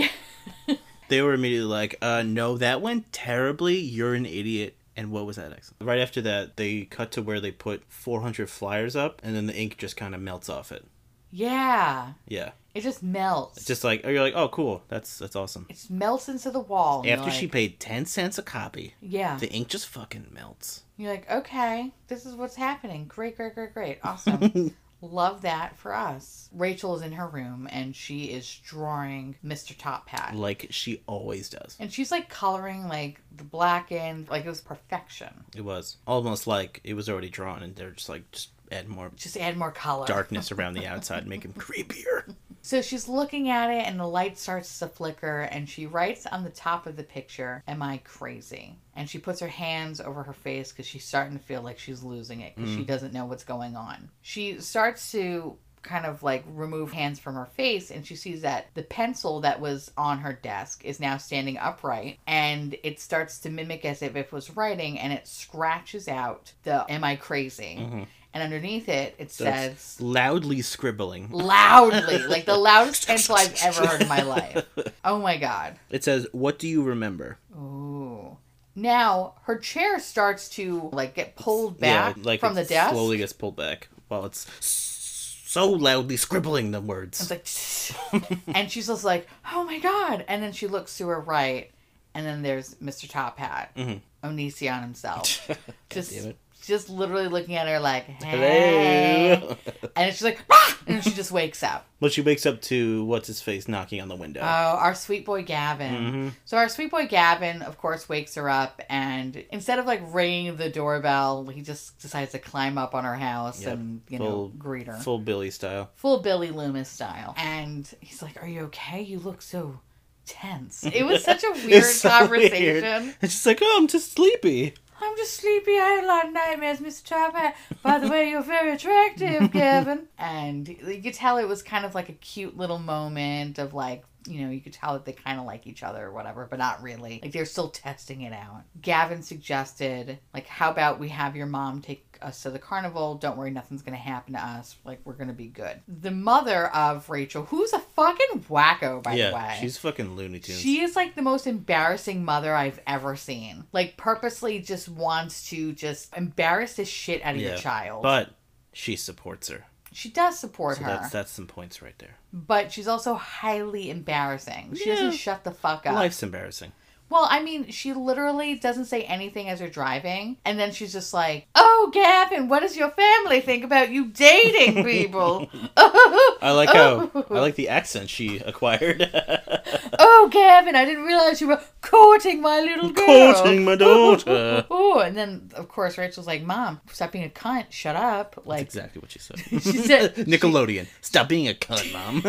Yeah.
They were immediately like, uh, no, that went terribly. You're an idiot. And what was that accent? Right after that, they cut to where they put 400 flyers up, and then the ink just kind of melts off it.
yeah.
Yeah.
It just melts.
It's just like, oh, you're like, oh, cool. That's that's awesome.
it melts into the wall. and you're
After she
like-
paid 10 cents a copy,
yeah,
the ink just fucking melts.
you're like, okay, this is what's happening. Great, great, great, great, awesome. Love that for us. Rachel is in her room and she is drawing Mr. Top Hat,
Like she always does.
and she's like coloring like the black end, like it was perfection.
It was almost like it was already drawn, and they're just like, just add more
Just add more color.
darkness around the outside, make him creepier.
So she's looking at it, and the light starts to flicker, and she writes on the top of the picture, Am I crazy? And she puts her hands over her face because she's starting to feel like she's losing it because she doesn't know what's going on. She starts to kind of like remove hands from her face, and she sees that the pencil that was on her desk is now standing upright, and it starts to mimic as if it was writing, and it scratches out the Am I crazy?
Mhm.
And underneath it, it
That's-
says,
Loudly scribbling.
loudly, like the loudest pencil I've ever heard in my life. Oh my god.
It says, "What do you remember?"
Ooh. Now her chair starts to like get pulled back from the
it
desk.
Slowly gets pulled back while it's so loudly scribbling the words.
It's like, and she's just like, "Oh my god!" And then she looks to her right, and then there's Mr. Top Hat,
Mhm.
Onision himself, just
damn it.
just literally looking at her like, "Hey,"
Hello.
and she's like, "Ah!" and she just wakes up.
well, she wakes up to what's his face knocking on the window.
Oh, our sweet boy Gavin.
Mhm.
So our sweet boy Gavin, of course, wakes her up, and instead of like ringing the doorbell, he just decides to climb up on her house
Yep.
and you
Full-
know greet her, full,
Full Billy style.
Billy Loomis style. And he's like, "Are you okay? You look so tense." It was such a weird
It's so
conversation.
weird. It's just like, oh, I'm just sleepy.
I'm just sleepy. I had a lot of nightmares, Mr. Top Hat. By the way, you're very attractive, Gavin. And you could tell it was kind of like a cute little moment of like, you know, you could tell that they kind of like each other or whatever, but not really. Like they're still testing it out. Gavin suggested, like, how about we have your mom take us to the carnival? Don't worry, nothing's going to happen to us. Like, we're going to be good. The mother of Rachel, who's a fucking wacko, by
yeah,
the way.
she's fucking Looney Tunes.
She is like the most embarrassing mother I've ever seen. Like purposely just wants to just embarrass the shit out of
Yeah,
your child.
but she supports her.
she does support
So
her,
that's that's some points right there.
but she's also highly embarrassing. She doesn't
Yeah.
shut the fuck up.
Life's embarrassing.
Well, I mean, she literally doesn't say anything as they're driving, and then she's just like, "Oh, Gavin, what does your family think about you dating people?"
I like how
Oh.
I like the accent she acquired.
Oh, Gavin, I didn't realize you were courting my little girl.
Courting my daughter.
Ooh, and then, of course, Rachel's like, Mom, stop being a cunt. Shut up. Like,
That's exactly what she said.
She said-
Nickelodeon. Stop being a cunt, mom.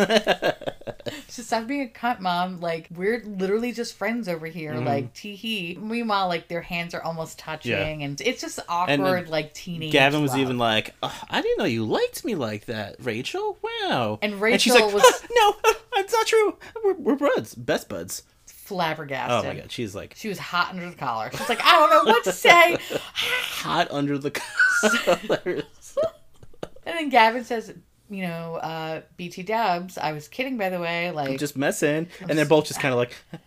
just stop being a cunt, Mom. Like, we're literally just friends over here.
Mm-hmm.
Like, tee hee. Meanwhile, like, their hands are almost touching, and it's just awkward,
then
like, teenage.
Gavin was
love.
even like, "Ugh, I didn't know you liked me like that, Rachel. Wow.
And
she's
Rachel
like,
was-
"Huh, no, it's not true. We're, we're buds, best buds. Oh
flabbergasted.
my god, she's like
She was hot under the collar. She's like, I don't know what to say.
hot under the collars.
And then Gavin says, you know, uh, BT dubs. I was kidding, by the way. Like,
just messing, and they're both just kind of like,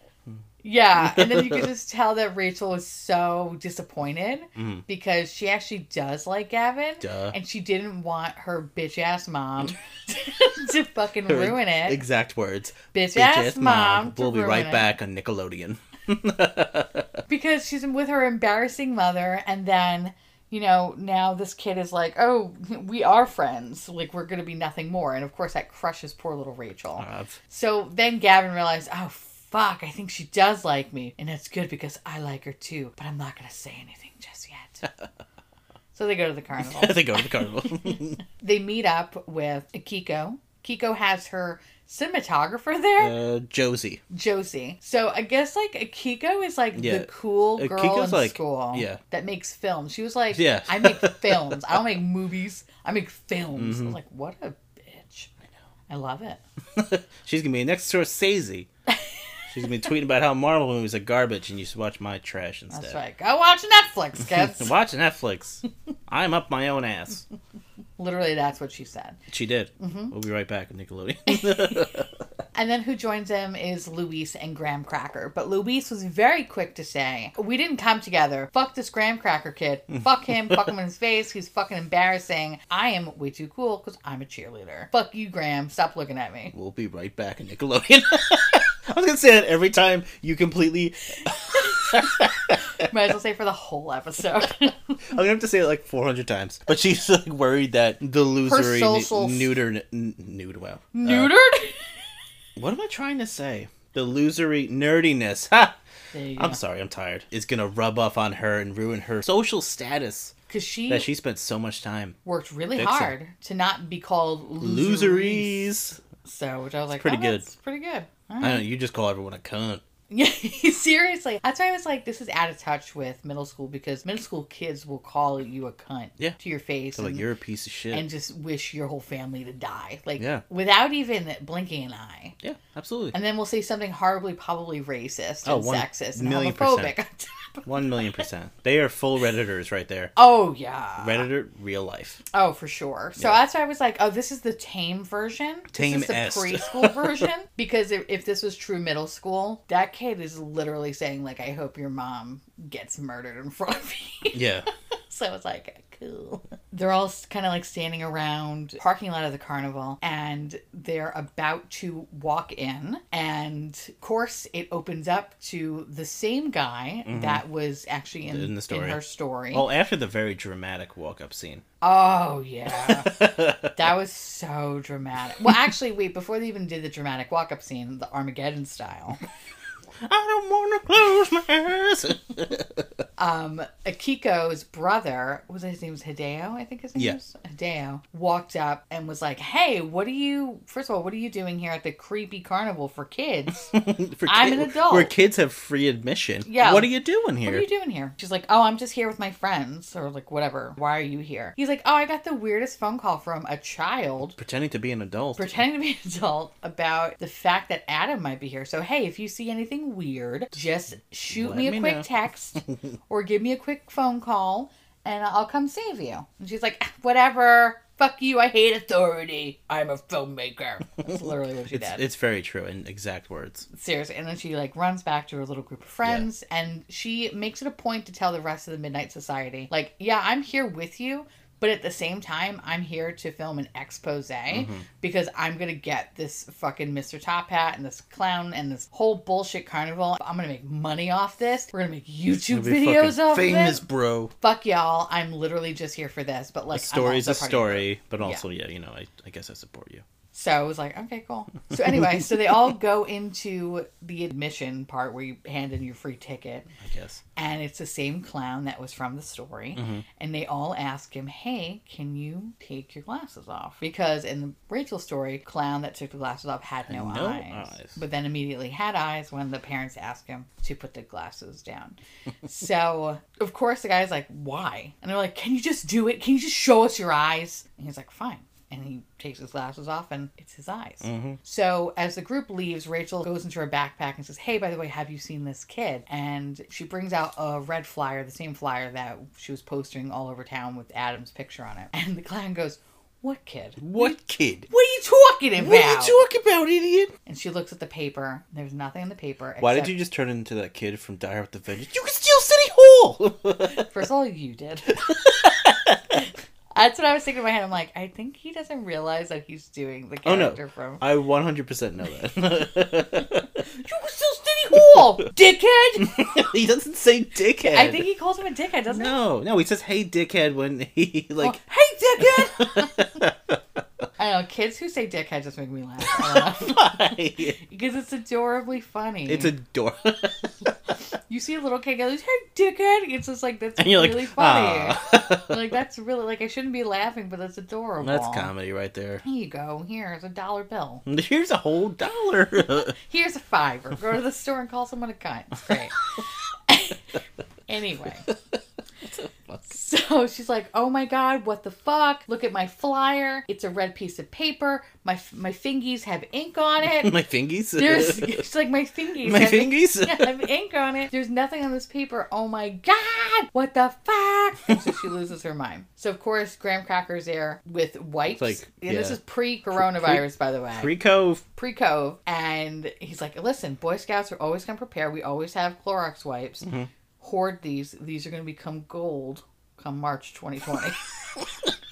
Yeah, and then you can just tell that Rachel is so disappointed
Mhm.
because she actually does like Gavin,
duh.
and she didn't want her bitch ass mom to fucking ruin it.
Exact words.
bitch
Bitch
ass mom. to
We'll be
ruin
right
it.
back on Nickelodeon.
because she's with her embarrassing mother, and then you know, now this kid is like, oh, we are friends. Like, we're going to be nothing more. And of course, that crushes poor little Rachel.
I've-
So then Gavin realized, oh, fuck, I think she does like me. And that's good because I like her too. But I'm not going to say anything just yet. so they go to the carnival.
they go to the carnival.
they meet up with Kiko. Kiko has her cinematographer there,
uh, Josie.
Josie. So I guess like Kiko is like
Yeah.
the cool
Uh,
girl
Kiko's
in
like-
school
yeah.
that makes films. She was like,
Yeah.
I make films. I don't make movies. I make films.
Mm-hmm.
I was like, what a bitch. I know. I love it.
She's gonna be next door Sazy. She's gonna be tweeting about how Marvel movies are garbage and you should watch my trash instead.
That's right. Go watch Netflix, kids.
Watch Netflix. I'm up my own ass.
Literally, that's what she said.
She did.
Mm-hmm.
We'll be right back with Nickelodeon.
And then who joins him is Luis and Graham Cracker. But Luis was very quick to say, We didn't come together. Fuck this Graham Cracker kid. Fuck him. fuck him in his face. He's fucking embarrassing. I am way too cool because I'm a cheerleader. Fuck you, Graham. Stop looking at me.
we'll be right back in Nickelodeon. I was gonna say that every time you completely.
Might as well say for the whole episode.
I'm gonna have to say it like 400 times. But she's like worried that the losery
social-
nu- neuter n- nude wow. Uh,
Neutered?
what am I trying to say? The losery nerdiness. Ha!
There you
I'm sorry, I'm tired. Is gonna rub off on her and ruin her social status
Because she,
that she spent so much time.
worked really
Fix it.
hard to not be called losery.
Loseries.
So, which I was like,
pretty
"Oh,
good.
that's pretty good. All
I don't know. You just call everyone a cunt.
Yeah, seriously. That's why I was like, this is out of touch with middle school because middle school kids will call you a cunt
Yeah.
to your face
They're like
and,
you're a piece of shit.
and just wish your whole family to die. Like,
Yeah.
without even blinking an eye.
yeah, absolutely.
And then we'll say something horribly, probably racist
Oh,
and
one
sexist and
million
homophobic.
One million percent. They are full redditors right there.
oh, yeah.
Redditor, real life.
Oh, for sure. So
Yeah.
that's why I was like, oh, this is the tame version. This is
Tame-est.
the preschool version. Because if, if this was true middle school, that kid is literally saying, like, I hope your mom gets murdered in front of you.
Yeah,
So I was like, cool. They're all kind of like standing around parking lot of the carnival and they're about to walk in and of course it opens up to the same guy that was actually in,
Mm-hmm. In the story.
her story.
Well, after the very dramatic walk-up scene,
Oh yeah. that was so dramatic. Well, actually, wait, before they even did the dramatic walk-up scene, the Armageddon style.
I don't want to close my eyes.
um, Akiko's brother, was his name was Hideo, I think his name
Yeah.
was Hideo, walked up and was like, "Hey, what are you? First of all, what are you doing here at the creepy carnival for kids? what
For
I'm an adult.
Where kids have free admission.
Yeah.
What are you doing
are
here?
you doing here?" She's like, "Oh, I'm just here with my friends, or like whatever. Why are you here?" He's like, "Oh, I got the weirdest phone call from a child."
Pretending to be an adult.
Pretending to be an adult about the fact that Adam might be here. So, hey, if you see anything weird, just shoot
Let
me a
me
quick
know.
text or give me a quick phone call and I'll come save you. And she's like, "Ah, whatever. Fuck you. I hate authority. I'm a filmmaker. That's literally what she
It's
did.
it's very true in exact words.
Seriously. And then she like runs back to her little group of friends and she makes it a point to tell the rest of the Midnight Society, like, yeah, I'm here with you, but at the same time, I'm here to film an expose
Mm-hmm.
because I'm gonna get this fucking Mr. Top Hat and this clown and this whole bullshit carnival. I'm gonna make money off this. We're gonna make YouTube
You'll be
videos
fucking
off
famous,
of it.
bro.
Fuck y'all. I'm literally just here for this. But like
a
I'm
story's a
also part of-
story, but also yeah, you know, I, I guess I support you.
so I was like, okay, cool. So anyway, so they all go into the admission part where you hand in your free ticket,
I guess.
and it's the same clown that was from the story,
Mm-hmm.
and they all ask him, "Hey, can you take your glasses off?" Because in the Rachel story, clown that took the glasses off had no,
no
eyes,
eyes.
but then immediately had eyes when the parents asked him to put the glasses down. so of course the guy's like, "Why?" And they're like, "Can you just do it? Can you just show us your eyes?" And he's like, "Fine." And he takes his glasses off, and it's his eyes.
Mm-hmm.
So as the group leaves, Rachel goes into her backpack and says, "Hey, by the way, have you seen this kid?" And she brings out a red flyer, the same flyer that she was posting all over town with Adam's picture on it. And the clown goes, "What kid?
What kid?
What are you talking about?"
What are you talking about, idiot?
and she looks at the paper. There's nothing in the paper.
Why
except-
did you just turn into that kid from Die Hard with the Vengeance? You can steal City Hall!
First of all, you did. That's what I was thinking in my head. I'm like, I think he doesn't realize that he's doing the
Oh, no.
character from.
I 100% know that.
You were still City Hall, dickhead.
he doesn't say dickhead.
I think he calls him a dickhead, doesn't he?
no, no, he says hey dickhead when he like
Oh, hey, dickhead. I know kids who say dickhead just make me laugh. I don't know.
Why?
Because it's adorably funny.
It's adorable.
you see a little kid go, "Hey, dickhead!" It's just like that's
and you're
really
like, "Ah."
funny.
"Aw."
Like that's really like I shouldn't be laughing, but that's adorable.
That's comedy right there.
Here you go. Here's a dollar bill.
Here's a whole dollar.
Here's a fiver. Go to the store and call someone a cunt. It's great. anyway. So she's like, "Oh my god, what the fuck? Look at my flyer. It's a red piece of paper. My my fingies have ink on it.
My fingies.
There's it's like my fingies.
My
have ink
fingies.
I have ink on it. There's nothing on this paper. Oh my god! What the fuck? And so she loses her mind. So of course, graham crackers there with wipes.
It's like,
and this
yeah.
is pre-coronavirus, by the way.
Rico.
Pre-cove, and he's like, "Listen, Boy Scouts are always gonna prepare. We always have Clorox wipes.
Mm-hmm.
Hoard these. These are gonna become gold." Come March 2020.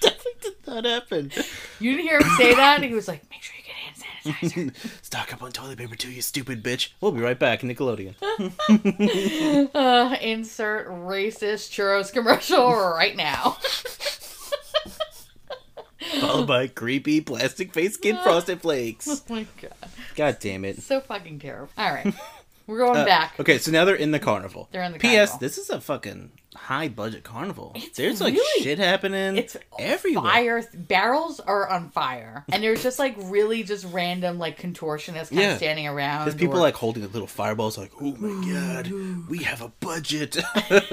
Definitely did not happen.
you didn't hear him say that? He was like, make sure you get hand sanitizer.
Stock up on toilet paper too, you stupid bitch. We'll be right back, Nickelodeon.
Uh, insert racist churros commercial right now.
Followed by creepy plastic face kid frosted flakes.
oh my god.
God damn it.
So fucking terrible. All right. We're going back.
Uh, Okay, so now they're in the carnival.
They're in the
P.S.
carnival.
This is a fucking high budget carnival.
It's
There's like
really-
shit happening
It's
everywhere.
fire. Barrels are on fire. And there's just like really just random like contortionists kind
Yeah.
of standing around.
There's people
or-
like holding the little fireballs, like, oh my god, we have a budget.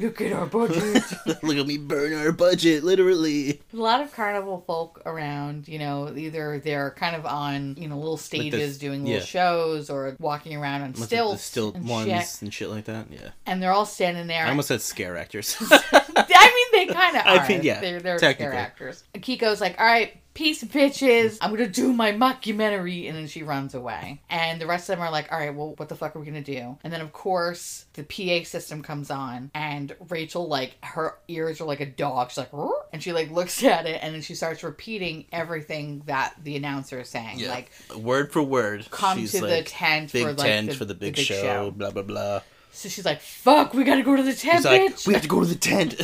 look at our budget.
Look at me burn our budget, literally.
a lot of carnival folk around, you know, either they're kind of on, you know, little stages doing little
yeah.
shows or walking around on
Must have the
stilts.
stilt
and
ones
shit.
and shit like that. Yeah,
And they're all standing there.
I almost said scare actors.
I mean, they kind of are.
I mean, yeah,
they're, they're
technically.
scare actors. And Kiko's like, all right, peace, bitches. I'm going to do my mockumentary. And then she runs away. And the rest of them are like, all right, well, what the fuck are we going to do? And then, of course, the PA system comes on. And Rachel, like, her ears are like a dog. She's like, "Roar," and she, like, looks at it. And then she starts repeating everything that the announcer is saying.
yeah,
Like,
word for word.
come
she's
to the
like,
tent
big
for, like,
tent
the,
for the big, show, Blah blah blah.
So she's like, fuck, we got to go to the tent,
He's like,
bitch.
we have to go to the tent.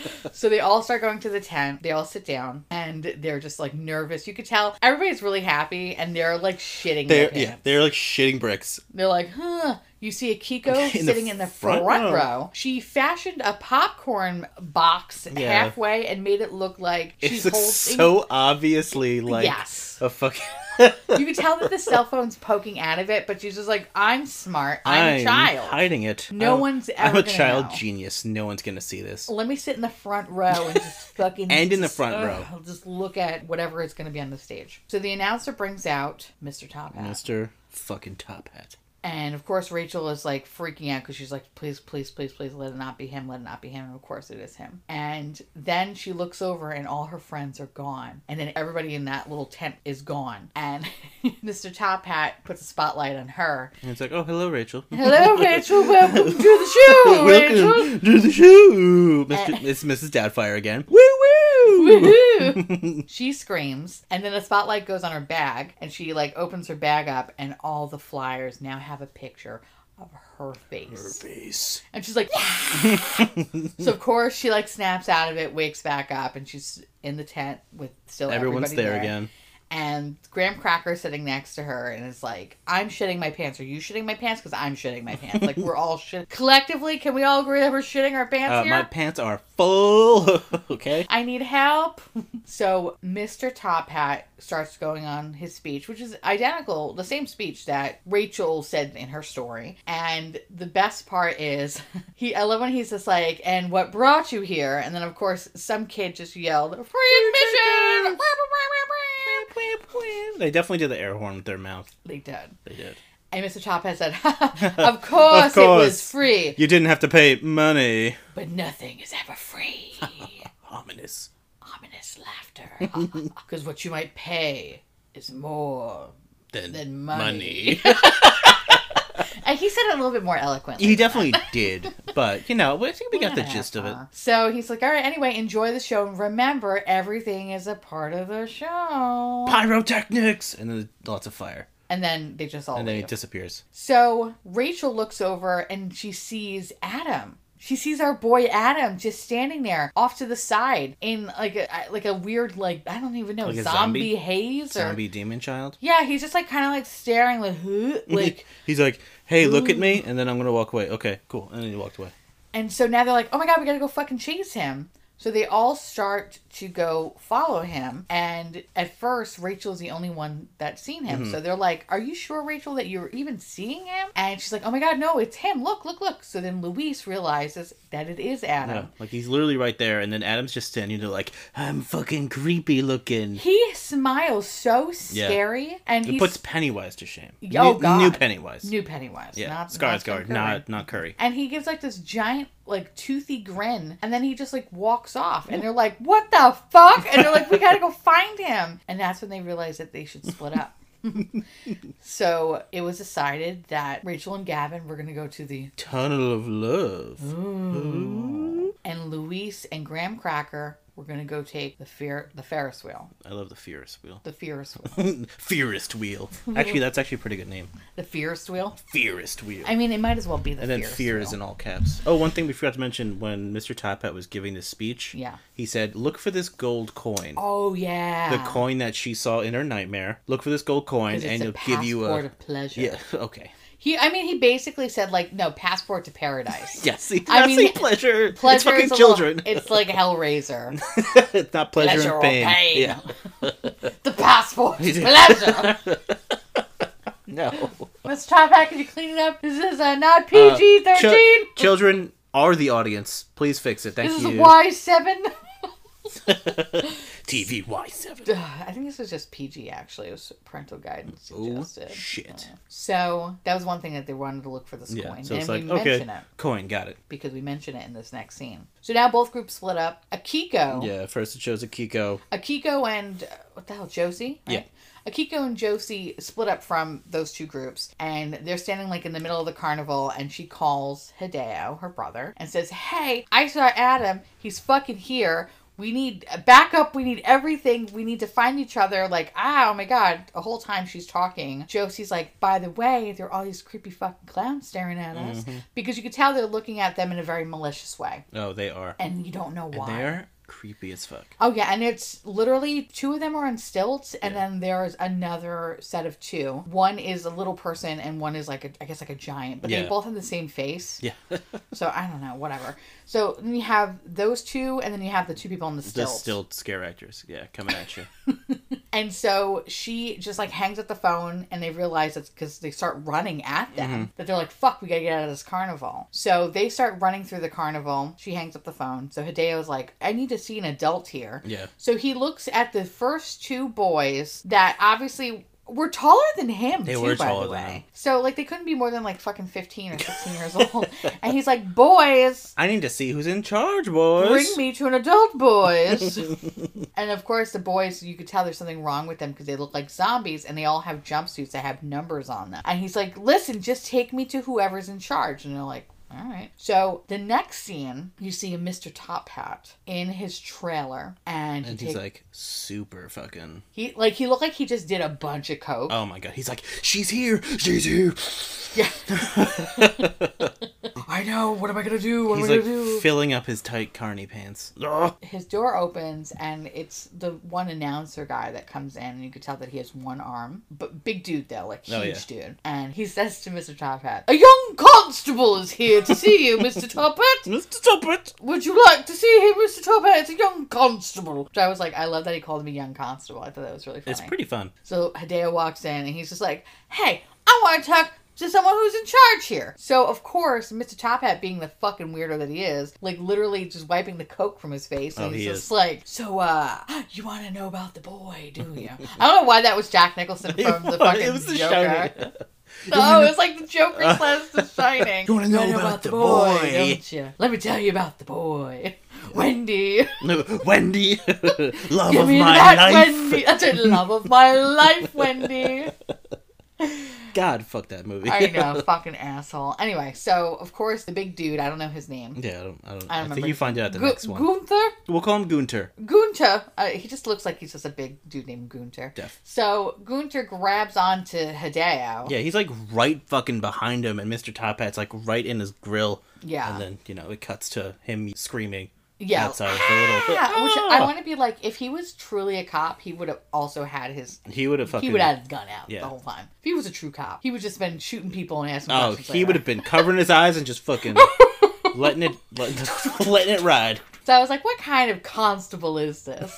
So they all start going to the tent. They all sit down and they're just like nervous. You could tell everybody's really happy and they're like shitting.
they're
They're,
yeah, they're like shitting bricks.
they're like, huh. You see a Kiko
In the
sitting in the
front
front,
row.
row. She fashioned a popcorn box
Yeah.
halfway and made it look like she's
It's like
holding.
so obviously like
yes.
a fucking.
You could tell that the cell phone's poking out of it, but she's just like, I'm smart. I'm, a child.
hiding it.
no
I'm-
one's ever.
I'm a
gonna
child
know.
genius. No one's gonna see this.
Let me sit in the front row and just fucking
And in the
just-
front
ugh,
row.
I'll just look at whatever is going to be on the stage. So the announcer brings out Mr. Top Hat,
Mister fucking top hat.
and of course Rachel is like freaking out because she's like, "Please, please, please, please, let it not be him. Let it not be him." And of course it is him. And then she looks over, and all her friends are gone, and then everybody in that little tent is gone. And Mr. Top Hat puts a spotlight on her.
And it's like, oh hello Rachel.
Hello, Rachel. Welcome to the show, Rachel.
Welcome to the show. Mr. it's Mrs. Doubtfire again. Uh, Woo woo.
Woohoo! she screams, and then a spotlight goes on her bag, and she like opens her bag up, and all the flyers now have a picture of her face,
Face.
and she's like, "Yeah!" so of course she like snaps out of it, wakes back up, and she's in the tent with still
Everyone's
everybody
there, again.
and Graham Cracker is sitting next to her, and it's like, I'm shitting my pants. Are you shitting my pants? Because I'm shitting my pants. like we're all shit. Collectively, can we all agree that we're shitting our pants
Uh,
here?
my pants are full. okay.
I need help. so Mr. Top Hat starts going on his speech, which is identical, the same speech that Rachel said in her story. And the best part is, he, I love when he's just like, and what brought you here? And then, of course, some kid just yelled, free admission!
They definitely did the air horn with their mouth.
They did.
They did.
And Mr. Top Hat said, of course,
Of
it was
course.
free,
You didn't have to pay money.
but nothing is ever free.
Ominous.
Ominous laughter. Because what you might pay is more
Then,
Then
money.
money. Uh, he said it a little bit more eloquently.
he definitely did, but you know, I think we got the
Yeah.
gist of it.
So he's like, all right, anyway, enjoy the show. And remember, everything is a part of the show.
Pyrotechnics, and then lots of fire.
and then they just all
and then
leave.
he disappears.
So Rachel looks over and she sees Adam. She sees our boy Adam just standing there off to the side in like a like a weird like I don't even know
Like a
zombie,
zombie?
haze or
Zombie demon child.
yeah he's just like kind of like staring like who like
he's like, "Hey, look at me," and then I'm gonna walk away. Okay, cool. And then he walked away.
and so now they're like oh my god we gotta go fucking chase him so they all start to go follow him and at first Rachel's the only one that's seen him
Mm-hmm.
so they're like are you sure Rachel that you're even seeing him and she's like oh my god no it's him look look look so then Luis realizes that it is Adam.
Yeah, like he's literally right there, and then Adam's just standing there, like, "I'm fucking creepy looking."
He smiles so scary, and
It
he
puts Pennywise to shame.
Oh,
new,
God.
new Pennywise.
new Pennywise,
yeah,
not Jim
Skarsgård,
Carrey.
not not Curry.
And he gives like this giant, like toothy grin, and then he just like walks off, and they're like, "What the fuck?" And they're like, "We gotta go find him." And that's when they realize that they should split up. so it was decided that Rachel and Gavin were gonna go to the
Tunnel of love.
Mm-hmm. and Luis and Graham Cracker were gonna go take the fear the Ferris wheel,
I love the Ferris wheel.
the Ferris wheel,
Ferris wheel. Actually, that's actually a pretty good name.
the Ferris wheel.
Ferris wheel.
I mean, it might as well be the
And then
Ferris
fear
wheel.
is in all caps. Oh, one thing we forgot to mention when Mr. Top Hat was giving this speech,
Yeah.
he said, "Look for this gold coin."
Oh yeah.
The coin that she saw in her nightmare. Look for this gold coin,
It's
and
a
it'll give you
passport
a
of pleasure.
yeah. Okay.
He, I mean, he basically said like, no, passport to paradise.
Yes. That's
I
I
mean,
pleasure.
Pleasure
it's fucking
is a
children.
Little, it's like Hellraiser.
it's not pleasure,
pleasure or
and pain.
pain.
Yeah.
the passport to
did.
pleasure.
No.
Let's try back. Can you clean it up? This is uh, not PG
Uh, chil-
thirteen.
children are the audience. Please fix it. Thank
this
you.
is Y seven.
TV Y seven.
I think this was just PG actually. It was parental guidance
Oh
suggested.
shit.
So that was one thing that they wanted to look for this
Yeah.
coin,
So
and
it's like
we
okay,
mention it
coin, got it.
because we mention it in this next scene. So now both groups split up. Akiko.
Yeah. First it shows Akiko.
Akiko and uh, what the hell, Josie? Right? Yeah. Akiko and Josie split up from those two groups, and they're standing like in the middle of the carnival. And she calls Hideo, her brother, and says, "Hey, I saw Adam. He's fucking here. We need uh, backup. We need everything. We need to find each other." Like, ah, oh my god. The whole time she's talking, Josie's like, "By the way, there are all these creepy fucking clowns staring at us," because you could tell they're looking at them in a very malicious way,
Oh, they are.
and you don't know why.
They are creepy as fuck.
Oh yeah, and it's literally two of them are on stilts, and then there's another set of two. One is a little person, and one is like a, I guess like a giant, but they
Yeah.
both have the same face.
Yeah.
So I don't know, whatever. So then you have those two, and then you have the two people on the
The
stilts.
stilt scare actors, yeah, coming at you.
And so she just like hangs up the phone, and they realize it's because they start running at them
Mm-hmm.
that they're like, "Fuck, we gotta get out of this carnival." So they start running through the carnival. She hangs up the phone. So Hideo's like, "I need to see an adult here."
Yeah.
So he looks at the first two boys that obviously were taller than him.
They
too,
were
by
taller
the
than
way.
him.
So like they couldn't be more than like fucking fifteen or sixteen years old. And he's like, "Boys,
I need to see who's in charge, boys.
bring me to an adult boys." and of course, the boys you could tell there's something wrong with them because they look like zombies and they all have jumpsuits that have numbers on them. And he's like, "Listen, just take me to whoever's in charge." And they're like. All right. So the next scene, you see a Mr. Top Hat in his trailer, and, he
And
takes-
he's like super fucking.
He like he looked like he just did a bunch of coke.
Oh my god, he's like, she's here, she's here.
Yeah. I know. What am I gonna do? What
He's
am I
like
gonna do? Ah,
filling up his tight carny pants. Ugh.
His door opens and it's the one announcer guy that comes in, and you could tell that he has one arm, but big dude though, like huge
Oh,
dude. And he says to Mister Top Hat, "A young constable is here to see you, Mister Top Hat.
Mr. Tuppet.
Would you like to see him, Mister Top Hat? It's a young constable." Which I was like, I love that he called him a young constable. I thought that was really funny.
It's pretty fun.
So Hideo walks in and he's just like, hey, I want to talk to someone who's in charge here. So, of course, Mr. Top Hat, being the fucking weirdo that he is, like literally just wiping the coke from his face. And
Oh,
he's
he
just
is.
like, so, uh, you want to know about the boy, do you? I don't know why that was Jack Nicholson from the fucking
it was the
Joker.
Shining.
No, it's like the Joker slash the Shining.
You wanna know about the boy?
don't you? Let me tell you about the boy. Wendy.
No, Wendy, love
Give
of
me
my
that,
life.
Wendy. That's the love of my life, Wendy.
God, fuck that movie.
I know, fucking asshole. Anyway, so of course the big dude, I don't know his name.
Yeah, I don't. I, don't,
I
I,
remember.
think you find out at the
Gu-
next one.
Gunther?
we'll call him Gunter.
Gunter. Uh, he just looks like he's just a big dude named Gunter.
Def.
So Gunter grabs onto Hideo.
Yeah, he's like right fucking behind him, and Mr. Top Hat's like right in his grill.
Yeah.
And then you know it cuts to him screaming
Yeah.
outside of the little.
Yeah, which I
Ah!
want to be like, if he was truly a cop, he would have also had his.
He would have fucking.
He would have his gun out
Yeah.
the whole time. If he was a true cop, he would just been shooting people and asking.
Oh,
questions
he
later.
would have been covering his eyes and just fucking letting it let, letting it ride.
So I was like, what kind of constable is this?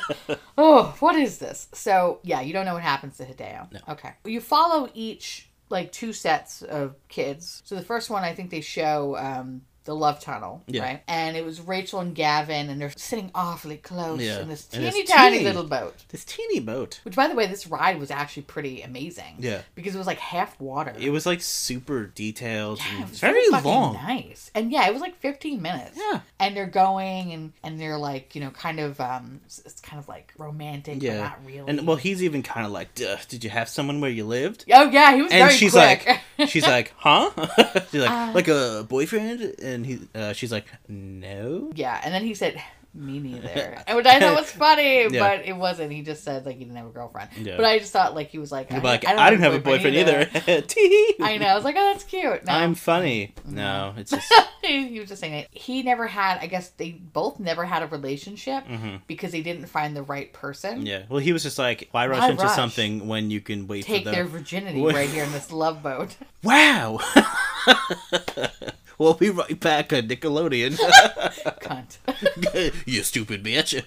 oh, what is this? So, yeah, you don't know what happens to Hideo.
No.
Okay. You follow each, like, two sets of kids. So the first one, I think they show um, the love tunnel,
Yeah.
right? And it was Rachel and Gavin, and they're sitting awfully close
Yeah.
in this
And it's
teeny tiny
teeny.
little boat.
This teeny boat.
Which, by the way, this ride was actually pretty amazing.
Yeah.
Because it was, like, half water.
It was like super detailed
Yeah,
and
it was
very
fucking
long.
Nice. And yeah, it was like 15 minutes.
Yeah.
And they're going and and they're like, you know, kind of um it's- it's kind of like romantic
Yeah.
but not really.
And well, he's even kind of like, Duh, "Did you have someone where you lived?"
oh yeah, he was
And
very
she's
quick. Uh,
like, she's like, "Huh?" she's like, "Like a boyfriend?" And he, uh, she's like, "No."
yeah, and then he said me neither. And which I thought was funny,
Yeah.
but it wasn't. He just said like he didn't have a girlfriend.
Yeah.
But I just thought like he was like, I,
But like,
I
I,
don't
didn't have a boyfriend either. Tee-hee.
I know. Mm-hmm. I was like, oh, that's cute. No.
I'm funny. No, it's just
he was just saying it. He never had. I guess they both never had a relationship
Mhm.
because they didn't find the right person.
yeah. Well, he was just like, "Why rush
Why
into
rush?
something when you can wait
Take
for the
their virginity
What-
right here in this love boat.
wow." we'll be right back on Nickelodeon.
Cunt.
you stupid bitch.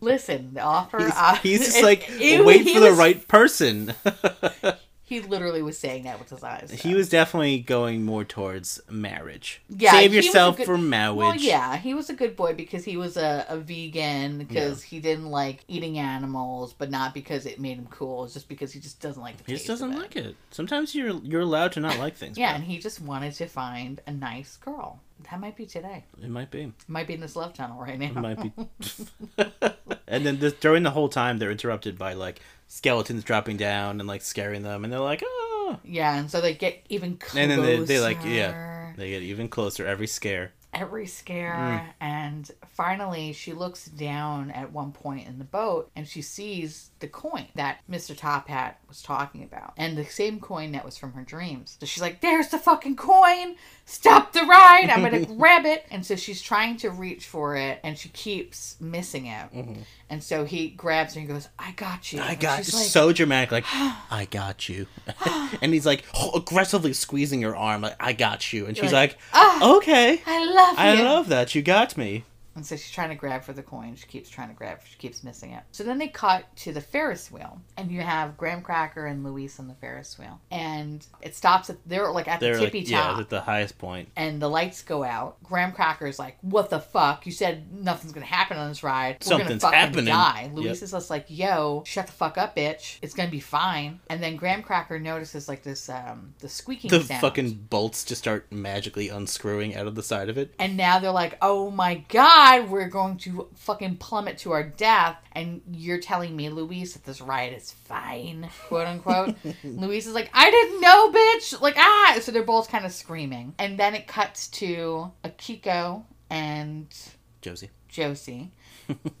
Listen, the offer.
he's,
uh,
he's just
it-
like
it-
wait
he
for the
was-
right person.
He literally was saying that with his eyes. though.
he was definitely going more towards marriage.
Yeah,
save
he was a
yourself
good-
for marriage.
Well, yeah, he was a good boy because he was a, a vegan because he didn't like eating animals, but not because it made him cool. It's just because he just doesn't like the
He
taste.
just doesn't
of it.
like it. Sometimes you're you're allowed to not like things.
Yeah,
bro.
and he just wanted to find a nice girl. That might be today.
it might be.
It might be in this love tunnel right now.
It might be. and then this, during the whole time, they're interrupted by like skeletons dropping down and like scaring them, and they're like, oh.
Yeah, and so they get even closer.
And then they, they like yeah, they get even closer every scare.
every scare
Mm.
and finally she looks down at one point in the boat and she sees the coin that Mr. Top Hat was talking about and the same coin that was from her dreams. So she's like there's the fucking coin. Stop the ride. I'm going to grab it. And so she's trying to reach for it and she keeps missing it. And so he grabs her and goes, "I got you."
Mm-hmm. I
And
got
she's
just
like,
so dramatic, like I got you, and he's like aggressively squeezing her arm, like I got you, and she's
like,
like,
"Ah,
okay,
I love
I
you.
love that you got me.
And so she's trying to grab for the coin. She keeps trying to grab. She keeps missing it. So then they cut to the Ferris wheel, and you have Graham Cracker and Luis on the Ferris wheel, and it stops at they're like at
They're
the
like,
tippy top.
yeah, at the highest point.
and the lights go out. Graham Cracker's like, "What the fuck? You said nothing's gonna happen on this ride. We're
Something's
gonna fucking
happening."
die."
Yep.
Luis is just like, "Yo, shut the fuck up, bitch. It's gonna be fine." And then Graham Cracker notices like this, um, the squeaking
The
sound.
fucking bolts just start magically unscrewing out of the side of it.
And now they're like, oh my god, we're going to fucking plummet to our death. And you're telling me, Luis, that this riot is fine, quote unquote. Luis is like, I didn't know, bitch. Like, ah. So they're both kind of screaming. And then it cuts to Akiko and
Josie
Josie.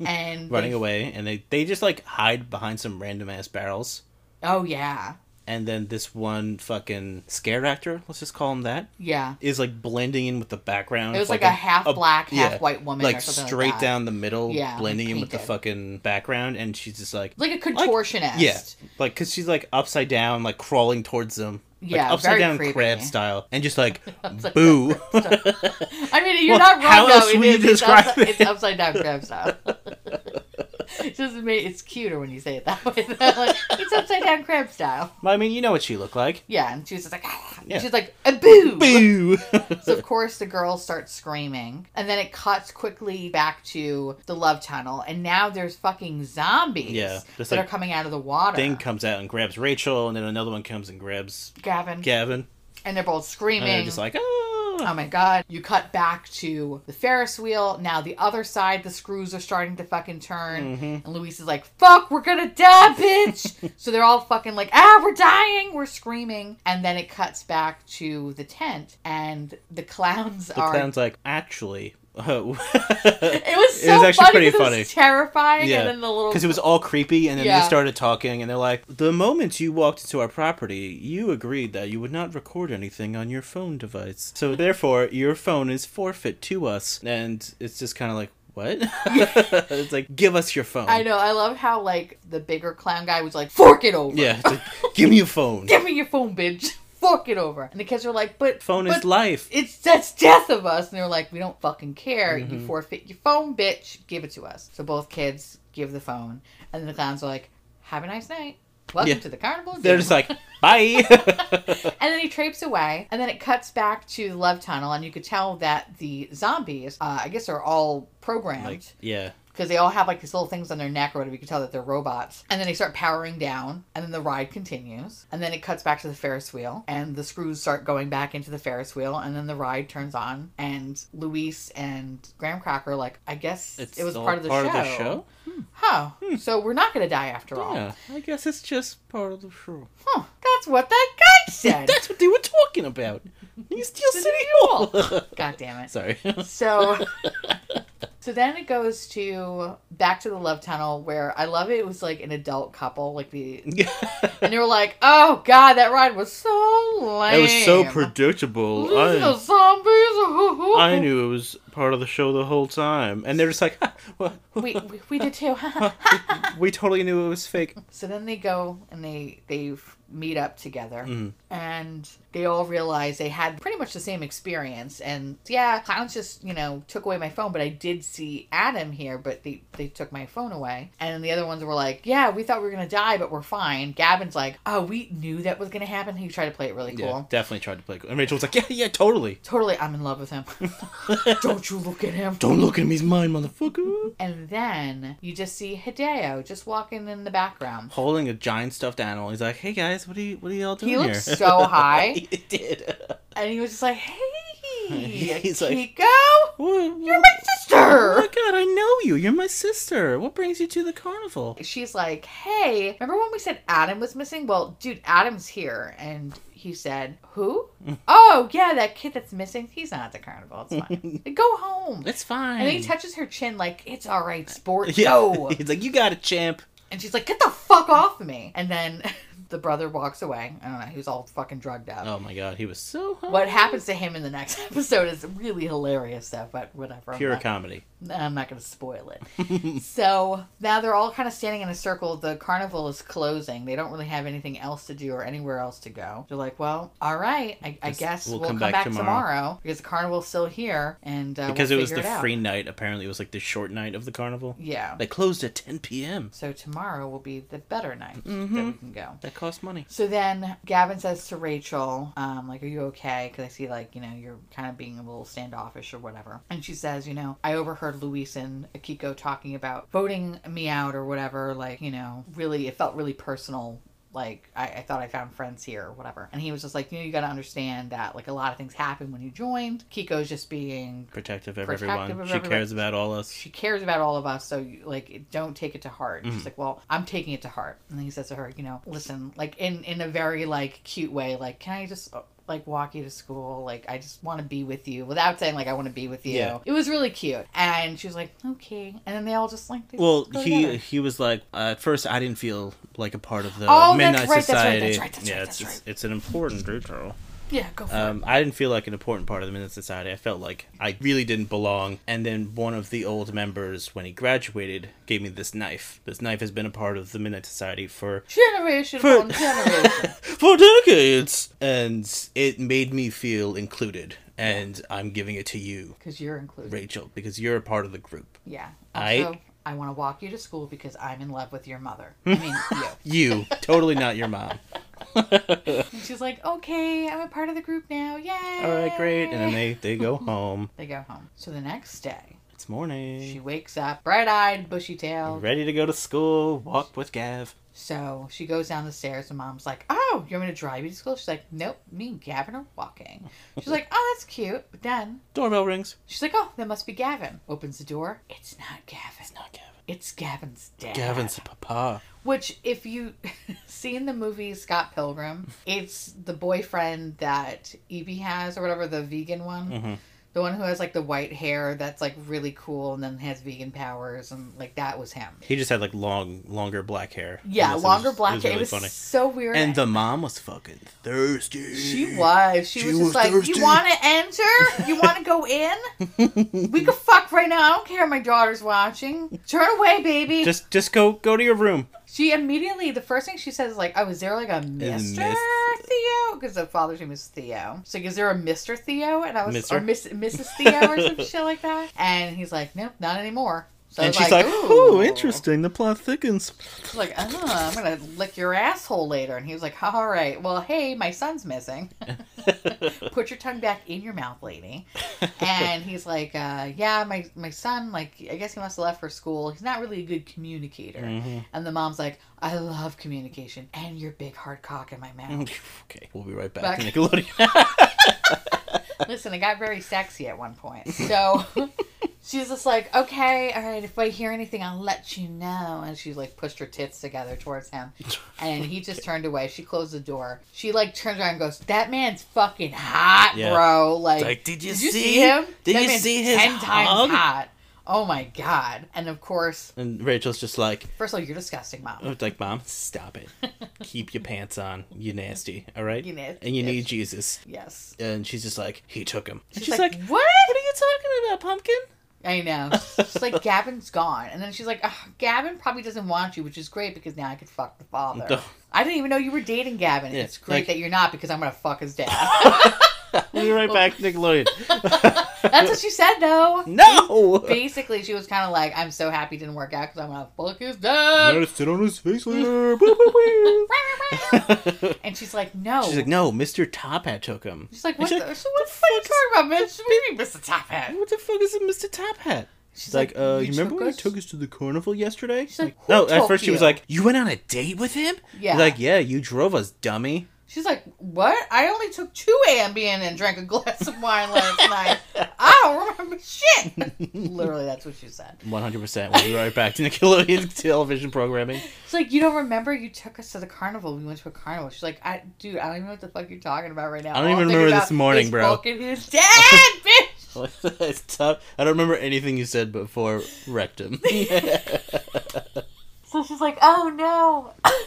And
running
they-
away, and they they just like hide behind some random ass barrels.
Oh, yeah.
And then this one fucking scare actor, let's just call him that,
Yeah.
is like blending in with the background.
It was
It's
like, a, half black, half
yeah,
white woman. or
like
something
straight
like that.
down the middle,
Yeah,
blending in with the
painted.
fucking background, and she's just like,
Like a contortionist.
yeah, like because she's like upside down, like crawling towards them, like,
Yeah,
upside
very
down
creepy.
crab style, and just like
Upside
boo.
I mean, you're
Well,
not wrong.
how
though.
else
It
would you
is- it's
describe
upside,
it?
It's upside down crab style. It's just ma- it's cuter when you say it that way. Like, it's upside down crab style.
I mean, you know what she looked like,
Yeah, and she was just like, ah.
Yeah.
she's like a boo.
boo.
So of course the girls start screaming, and then it cuts quickly back to the love tunnel, and now there's fucking zombies
Yeah,
that
just
are
like
coming out of the water.
Thing comes out and grabs Rachel, and then another one comes and grabs
Gavin
Gavin,
and they're both
and
screaming.
they're just like, oh.
Oh my god. You cut back to the Ferris wheel. Now the other side, the screws are starting to fucking turn.
Mm-hmm.
And Luis is like, fuck, we're gonna die, bitch. so they're all fucking like, ah, we're dying. We're screaming. And then it cuts back to the tent and the clowns
The
are.
clown's like, actually, uh,
It was so
It was actually
funny
pretty
'cause it was
funny.
terrifying.
Yeah.
And then the little.
because it was all creepy, and then
Yeah.
they started talking, and they're like, "The moment you walked into our property, you agreed that you would not record anything on your phone device, so therefore your phone is forfeit to us." And it's just kind of like, "What?" it's like, "Give us your phone."
I know. I love how like the bigger clown guy was like, "Fork it over."
Yeah, it's like, give me a phone.
Give me your phone, bitch. Fork it over. And the kids were like, "But
Phone
but
is life.
It's that's death of us." And they were like, "We don't fucking care.
Mm-hmm.
You forfeit your phone, bitch. Give it to us." So both kids give the phone, and then the clowns are like, "Have a nice night. Welcome
Yeah.
to the carnival."
They're
Zoo."
just like, "Bye."
and then he traipses away, and then it cuts back to the love tunnel, and you could tell that the zombies, uh, I guess, are all programmed.
like, yeah.
because they all have like these little things on their neck or whatever. You can tell that they're robots. And then they start powering down, and then the ride continues. And then it cuts back to the Ferris wheel, and the screws start going back into the Ferris wheel, and then the ride turns on. And Luis and Graham Cracker, are like, I guess
It's
it was
all
part of the
part
show.
of the show? Hmm.
Huh. So we're not going to die after all.
Yeah, I guess it's just part of the show.
Huh. That's what that guy said.
That's what they were talking about. You steal City Hall.
God damn it.
Sorry.
So So then it goes to back to the love tunnel where I love it, it was like an adult couple, like the and they were like, "Oh God, that ride was so lame.
It was so predictable.
Listen to
I,
zombies.
I knew it was part of the show the whole time. And they're just like, "Ha, well,
We, we, we did too.
we totally knew it was fake.
so then they go and they they meet up together,
Mm-hmm.
and they all realize they had pretty much the same experience. And yeah, clowns just you know took away my phone, but I did see Adam here, but they they took my phone away. And the other ones were like, yeah, we thought we were gonna die, but we're fine. Gavin's like, oh, we knew that was gonna happen. He tried to play it really cool.
Yeah, definitely tried to play. cool. And Rachel was like, yeah, yeah, totally.
Totally, I'm in love with him. Don't you look at him.
Don't look at me, he's mine, motherfucker.
And then you just see Hideo just walking in the background.
Holding a giant stuffed animal. He's like, hey guys, what are you, what are y'all doing
He
here?
looked so high,
he did.
and he was just like, "Hey,
He's like-
Kiko,
What-
you're
what-
my sister."
Oh my god, I know you. You're my sister. What brings you to the carnival?
She's like, "Hey, remember when we said Adam was missing? Well, dude, Adam's here." And he said, "Who? oh, yeah, that kid that's missing. He's not at the carnival. It's fine. Go home."
It's fine.
And then he touches her chin like, "It's all right, sport.
yeah.
Go."
He's like, you got it, champ.
And she's like, get the fuck off me. And then the brother walks away. I don't know. He was all fucking drugged up.
Oh my god, he was so hot.
What happens to him in the next episode is really hilarious, though, but whatever. I'm
Pure
not-
comedy.
I'm not going to spoil it. so now they're all kind of standing in a circle. The carnival is closing. They don't really have anything else to do or anywhere else to go. They're like, well, all right. I, I
Guess
guess we'll, come, back, tomorrow. because the carnival's still here. And uh,
Because
we'll
it was the
figure out.
free night, apparently it was like the short night of the carnival.
Yeah.
They closed at 10 p.m.
So tomorrow will be the better night
Mm-hmm.
that we can go.
That cost money.
So then Gavin says to Rachel, um, like, are you okay? Because I see, like, you know, you're kind of being a little standoffish or whatever. And she says, you know, I overheard Luis and Akiko talking about voting me out or whatever. Like, you know, really, it felt really personal. Like, I, I thought I found friends here or whatever. And he was just like, you know, you got to understand that, like, a lot of things happen when you joined. Kiko's just being
Protective of
Protective
everyone.
of
she
everyone.
cares about all us.
she cares about all of us so you, like it- don't take it to heart And
Mm-hmm.
she's like well i'm taking it to heart and then he says to her you know listen like in in a very like cute way like can i just uh, like walk you to school like i just want to be with you without saying like i want to be with you
Yeah.
it was really cute and she was like okay and then they all just like they
Well,
go
he
together.
he was like uh, at first I didn't feel like a part of the
Oh, that's right, that's
Midnight
right, that's
Society.
right, that's
yeah,
right,
it's,
that's
it's it's an important detail.
yeah go for
Um, I didn't feel like an important part of the Minute Society. I felt like I really didn't belong. And then one of the old members, when he graduated, gave me this knife. This knife has been a part of the Midnight Society for
it generation
for-
on generation
for decades, and it made me feel included. And I'm giving it to you,
because you're included
Rachel, because you're a part of the group.
yeah
I-
also, I want to walk you to school because I'm in love with your mother. I mean, you.
You, totally not your mom.
And she's like, okay, I'm a part of the group now. Yay.
All right, great. And then they they go home.
They go home. So the next day,
It's morning.
she wakes up, bright eyed, bushy tailed.
Ready to go to school. Walk with Gav.
So she goes down the stairs, and mom's like, Oh, oh, you want me to drive you to school? She's like, nope, me and Gavin are walking. She's like, oh, that's cute. But then
Doorbell rings.
she's like, oh, that must be Gavin. Opens the door. It's not Gavin. It's,
Not Gavin.
Gavin's dad.
Gavin's papa.
Which, if you see in the movie Scott Pilgrim, it's the boyfriend that Evie has or whatever, the vegan one.
Mhm.
The one who has like the white hair that's like really cool and then has vegan powers and like that was him.
He just had like long, longer black hair.
Yeah,
And this is-
longer black hair.
It
It
was
was,
really funny.
so weird.
And the mom was fucking thirsty.
She was. She,
She
was,
was
just like,
thirsty.
You want to enter? You want to go in? we could fuck right now. I don't care if my daughter's watching. Turn away, baby.
Just, just go, go to your room.
she immediately, the first thing she says is like, Oh, is there like a Mr.
miss-
Theo? Because the father's name is Theo. She's like, Is there a Mr. Theo? And I was,
Mister?
Or Miss, Mrs. Theo or some shit like that. And he's like, Nope, not anymore. So I
and
was
she's like,
"Ooh."
"Oh, interesting. The plot thickens."
She's like, oh, I'm gonna lick your asshole later. And he was like, all right, well, hey, my son's missing. Put your tongue back in your mouth, lady. And he's like, uh, yeah, my my son, like, I guess he must have left for school. He's not really a good communicator.
Mhm.
And the mom's like, I love communication and your big hard cock in my mouth.
okay, we'll be right back,
Back.
to Nickelodeon.
Listen, it got very sexy at one point. So. She's just like, okay, all right, if I hear anything, I'll let you know. And she like pushed her tits together towards him. and he just turned away. She closed the door. She like turns around and goes, "That man's fucking hot,
Yeah.
bro." Like,
Like, did you
see,
see-
him?
did
That
you
man's
see his
ten
hog?"
times hot? Oh my god! And of course,
and Rachel's just like,
first of all, you're disgusting, mom.
I'm like, "Mom, stop it. Keep your pants on. You nasty. All right.
You nasty
And you need
bitch."
Jesus."
Yes.
And she's just like, "He took him." And
She's,
She's,
like,
like,
"What?"
"What are you talking about, pumpkin?"
I know. She's like, "Gavin's gone," and then she's like, Ugh, "Gavin probably doesn't want you," which is great because now I could fuck the father. I didn't even know you were dating Gavin.
Yeah,
it's great
like-
that you're not because I'm gonna fuck his dad.
We'll be right back, to Nickelodeon.
That's what she said, though.
no.
basically she was kind of like i'm so happy it didn't work out because i'm gonna fuck his dad
sit on his face later. Boop, boop, boop.
and she's like no
She's like, no, Mr. Top Hat took him.
She's like,
And
what,
she's
the, so what the fuck are you talking about, bitch? We need Mr. Top Hat.
What the fuck is a Mr. Top Hat? She's like, uh, you remember when you took us to the carnival yesterday?
She's like,
no,
"Who
at
took
first she was
you?"
like, you went on a date with him?
Yeah.
Like, yeah, you drove us, dummy.
She's like, what? I only took two Ambien and drank a glass of wine last night. I don't remember shit. Literally, that's what she said.
100%. We'll be right back to Nickelodeon television programming.
She's like, you don't remember you took us to the carnival. We went to a carnival. She's like, I, dude, I don't even know what the fuck you're talking about right now.
I don't
All
even
I'm
remember
thinking
this
about
morning,
is
bro."
fucking his dad, bitch.
That's tough. I don't remember anything you said before rectum.
So she's like, "Oh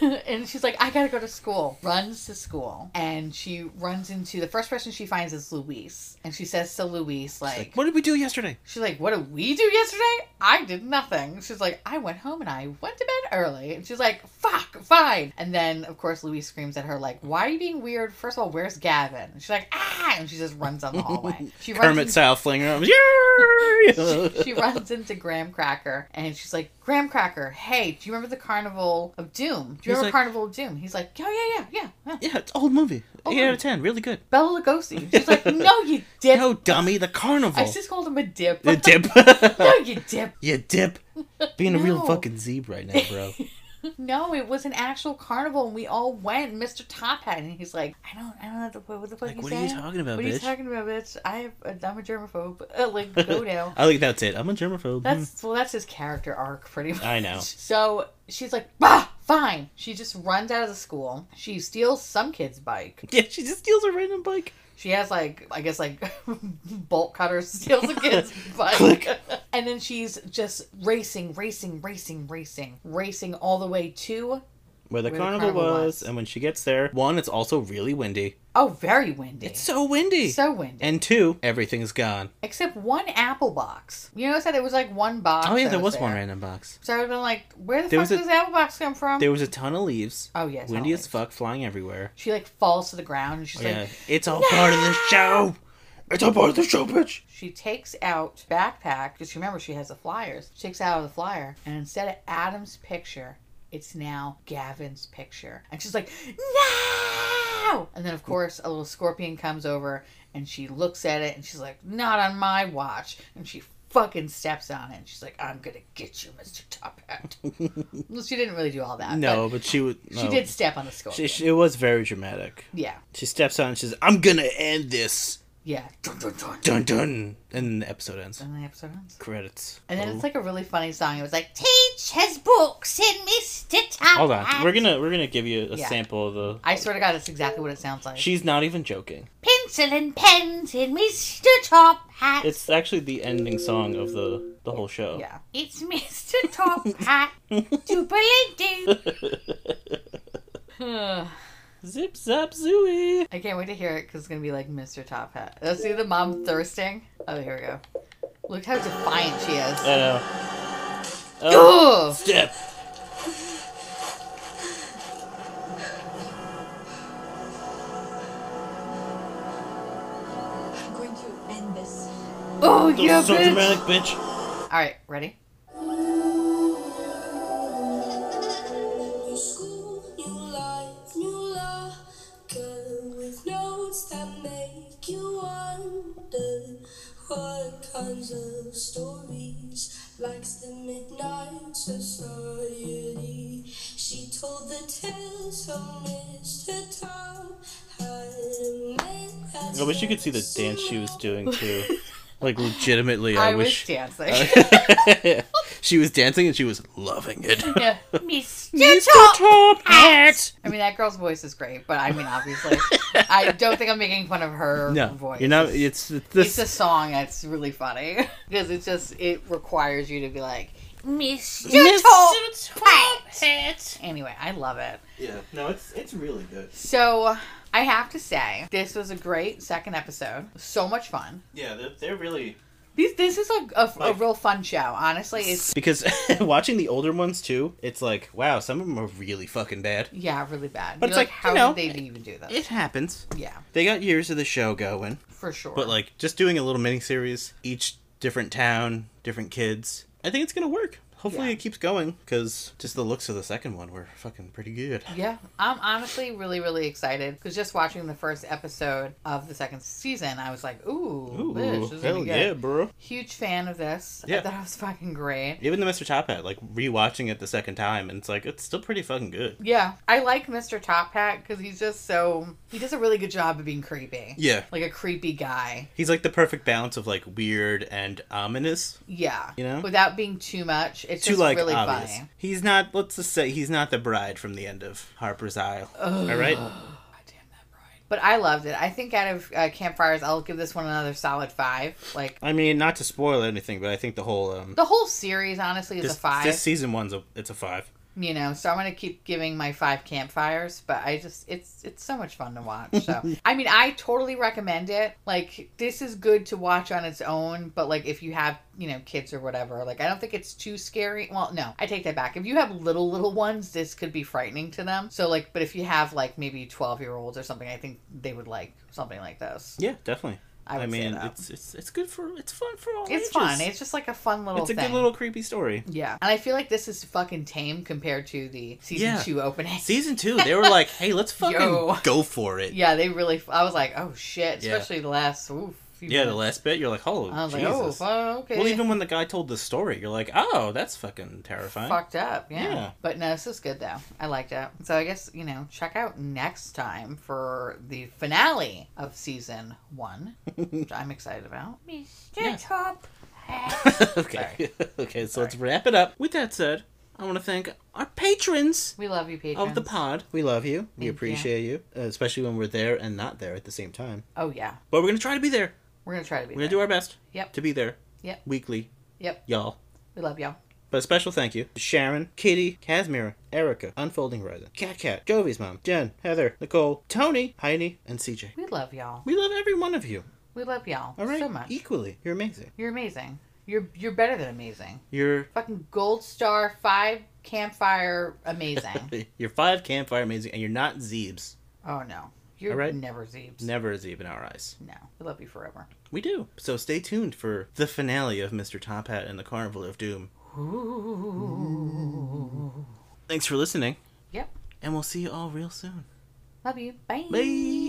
no!" and she's like, "I gotta go to school." Runs to school, and she runs into the first person she finds is Luis, and she says to Luis, "Like,
like, what did we do yesterday?
she's like, what did we do yesterday? I did nothing." She's like, "I went home and I went to bed early," and she's like, "Fuck, fine." And then of course Luis screams at her, "Like, why are you being weird? First of all, where's Gavin?" And she's like, "Ah!" And she just runs down the hallway. She runs
Kermit
into-
style flinger arms. Yeah!
she runs into Graham Cracker and she's like, Graham Cracker, hey, do you remember the Carnival of Doom? Do you remember
like-
Carnival of Doom? He's like, oh, yeah, yeah, yeah. yeah.
yeah, it's an old movie.
Old
8 out
movie.
of 10. Really good.
Bella Lugosi. She's like, no, you dip.
No, dummy, the carnival.
I just called him a dip.
You dip.
no, you dip.
you dip. Being a real
No.
fucking zebra right now, bro.
No, it was an actual carnival and we all went, Mr. Top Hat. And he's like, I don't, I don't know what, what the fuck
Like,
you
what are you
saying?
talking about,
What are you
bitch?
talking about, bitch? I have, I'm a germaphobe. Uh, like, go now.
I think that's it. I'm a germaphobe.
That's well, that's his character arc, pretty much.
Mhm. I know.
So she's like, bah, fine. She just runs out of the school. She steals some kid's bike.
Yeah, she just steals a random bike.
She has like, I guess like, bolt cutters steals a kid's bike.
Click.
And then she's just racing, racing, racing, racing, racing all the way to.
Where the
Where the
carnival
carnival
was,
was.
and when she gets there, one, it's also really windy.
Oh, very windy.
It's so windy.
so windy.
and two, everything's gone.
Except one apple box. You notice that it was like one box.
Oh yeah,
that
there was one
there.
random box.
So I would have been like, where the
There
fuck
was a-
does the apple box come from?
There was a ton of leaves.
oh yeah,
windy
totally.
as fuck, flying everywhere.
She like falls to the ground and she's
yeah,
like,
it's all part of the show. It's all part of the show, bitch.
She takes out backpack because remember she has the flyers. She takes out of the flyer, and instead of Adam's picture, it's now Gavin's picture. And she's like, "No!" And then of course a little scorpion comes over, and she looks at it, and she's like, "Not on my watch!" And she fucking steps on it. And she's like, I'm gonna get you, Mr. Top Hat. well, she didn't really do all that.
No,
but
but she would.
she
no.
did step on the scorpion.
She, she- it was very dramatic.
yeah,
She steps out and says, "I'm gonna end this."
yeah. Dun, dun, dun.
Dun dun. And the episode ends.
And the episode ends.
Credits.
Uh-huh. And then
Oh.
it's like a really funny song. It was like, teach his books in Mr. Top
Hold on.
Hat."
We're gonna we're gonna give you a
Yeah.
sample of the.
I swear to God, that's exactly what it sounds like.
She's not even joking.
Pencil and pens in Mr. Top Hat.
It's actually the ending song of the the whole show.
yeah. It's Mr. Top Hat. Doobly doo.
Zip zap zooey.
I can't wait to hear it because it's gonna be like Mr. Top Hat. Let's see the mom thirsting. Oh, here we go. Look how defiant she is.
I know. Oh,
Ugh.
step.
I'm going to end this.
Oh yeah,
so
bitch.
dramatic, bitch.
All right, ready?
New school, new life, new law. Girl with notes that make you wonder what kinds of stories likes the midnight society. She told the tales from Mr. Tom.
I wish you could see the dance she was doing too. Like legitimately, I,
I, was
wish.
dancing.
she was dancing and she was loving it.
yeah. Mr.
Mr.
Top.
Top Hat.
I mean, that girl's voice is great, but I mean, obviously, I don't think I'm making fun of her
No,
voice.
you're not. It's
It's
this.
a song that's really funny because it's just it requires you to be like Mr.
Mr.
Top Hat. Anyway, I love it.
yeah, no, it's it's really good.
So I have to say, this was a great second episode. So much fun.
Yeah, they're, they're really
These, this is a, a, a
Like-
real fun show. Honestly, it's
because watching the older ones too. It's like wow, some of them are really fucking bad.
yeah, really bad.
But
You're
it's like,
how
you know,
did they even do this?
It happens.
yeah,
They got years of the show going,
for sure.
but like just doing a little mini series, each different town, different kids. I think it's gonna work. Hopefully
Yeah.
it keeps going because just the looks of the second one were fucking pretty good.
yeah, I'm honestly really really excited because just watching the first episode of the second season, I was like, ooh,
Ooh,
this is
hell
gonna be
yeah,
good.
bro!
Huge fan of this. I
Yeah.
thought it was fucking great.
Even the Mr. Top Hat, like rewatching it the second time, and it's like it's still pretty fucking good.
Yeah, I like Mr. Top Hat because he's just so he does a really good job of being creepy.
Yeah,
Like a creepy guy.
he's like the perfect balance of like weird and ominous.
Yeah.
You know?
Without being too much. It's
Too
just
like
really
obvious.
funny.
He's not. Let's just say he's not the bride from the end of Harper's Isle.
Ugh.
All right.
But I loved it. I think out of uh, Campfires, I'll give this one another solid five. Like,
I mean, not to spoil anything, but I think the whole um,
the whole series, honestly, is
this,
a five.
this season one's a it's a five.
You know, so I'm going to keep giving my five Campfires, but I just, it's it's so much fun to watch. So, I mean, I totally recommend it. Like, this is good to watch on its own, but, like, if you have, you know, kids or whatever, like, I don't think it's too scary. Well, no, I take that back. If you have little, little ones, this could be frightening to them. So, like, but if you have, like, maybe 12 year olds or something, I think they would like something like this.
Yeah, definitely.
I
I,
would say
mean,
that.
it's it's it's good for it's fun for all.
It's
ages.
fun. It's just like a fun little
It's a
thing.
good little creepy story.
yeah. And I feel like this is fucking tame compared to the season
Yeah.
two opening.
Season two, they were like, "Hey, let's fucking
Yo.
go for it."
yeah, they really. I was like, oh shit,
Yeah.
especially the last. Ooh, few
Yeah, the
minutes.
last bit, you're like, "Oh,
I was
Jesus."
like, oh, fuck, okay.
Well, even when the guy told the story, you're like, "Oh, that's fucking terrifying."
fucked up. Yeah.
Yeah.
But no, this is good though. I liked it. So I guess you know, check out next time for the finale of season one, which I'm excited about. Mr.
Yeah.
Top.
okay. okay, so let's wrap it up. With that said, I want to thank our patrons
We love you, patrons.
of the pod. We love you. We
you.
appreciate you, uh, especially when we're there and not there at the same time.
Oh yeah,
But we're going to try to be there.
we're gonna try to be.
We're going to
there.
do our best
Yep.
to be there
Yep.
weekly,
Yep.
y'all.
We love y'all.
But a special thank you to Sharon, Kitty, Casimira, Erica, Unfolding Horizon, Cat Cat, Jovi's mom, Jen, Heather, Nicole, Tony, Heidi, and CJ.
We love y'all.
We love every one of you.
We love y'all
All right,
so much.
equally. You're amazing.
You're amazing. You're you're better than amazing.
You're
Fucking gold star five campfire amazing.
you're five campfire amazing, and you're not Zeebs.
oh no, you're
All right.
never Zeebs.
Never a Zeeb in our eyes.
No, we love you forever.
We do. So stay tuned for the finale of Mr. Top Hat and the Carnival of Doom. Thanks for listening,
Yep,
and we'll see you all real soon.
love you. Bye.
Bye.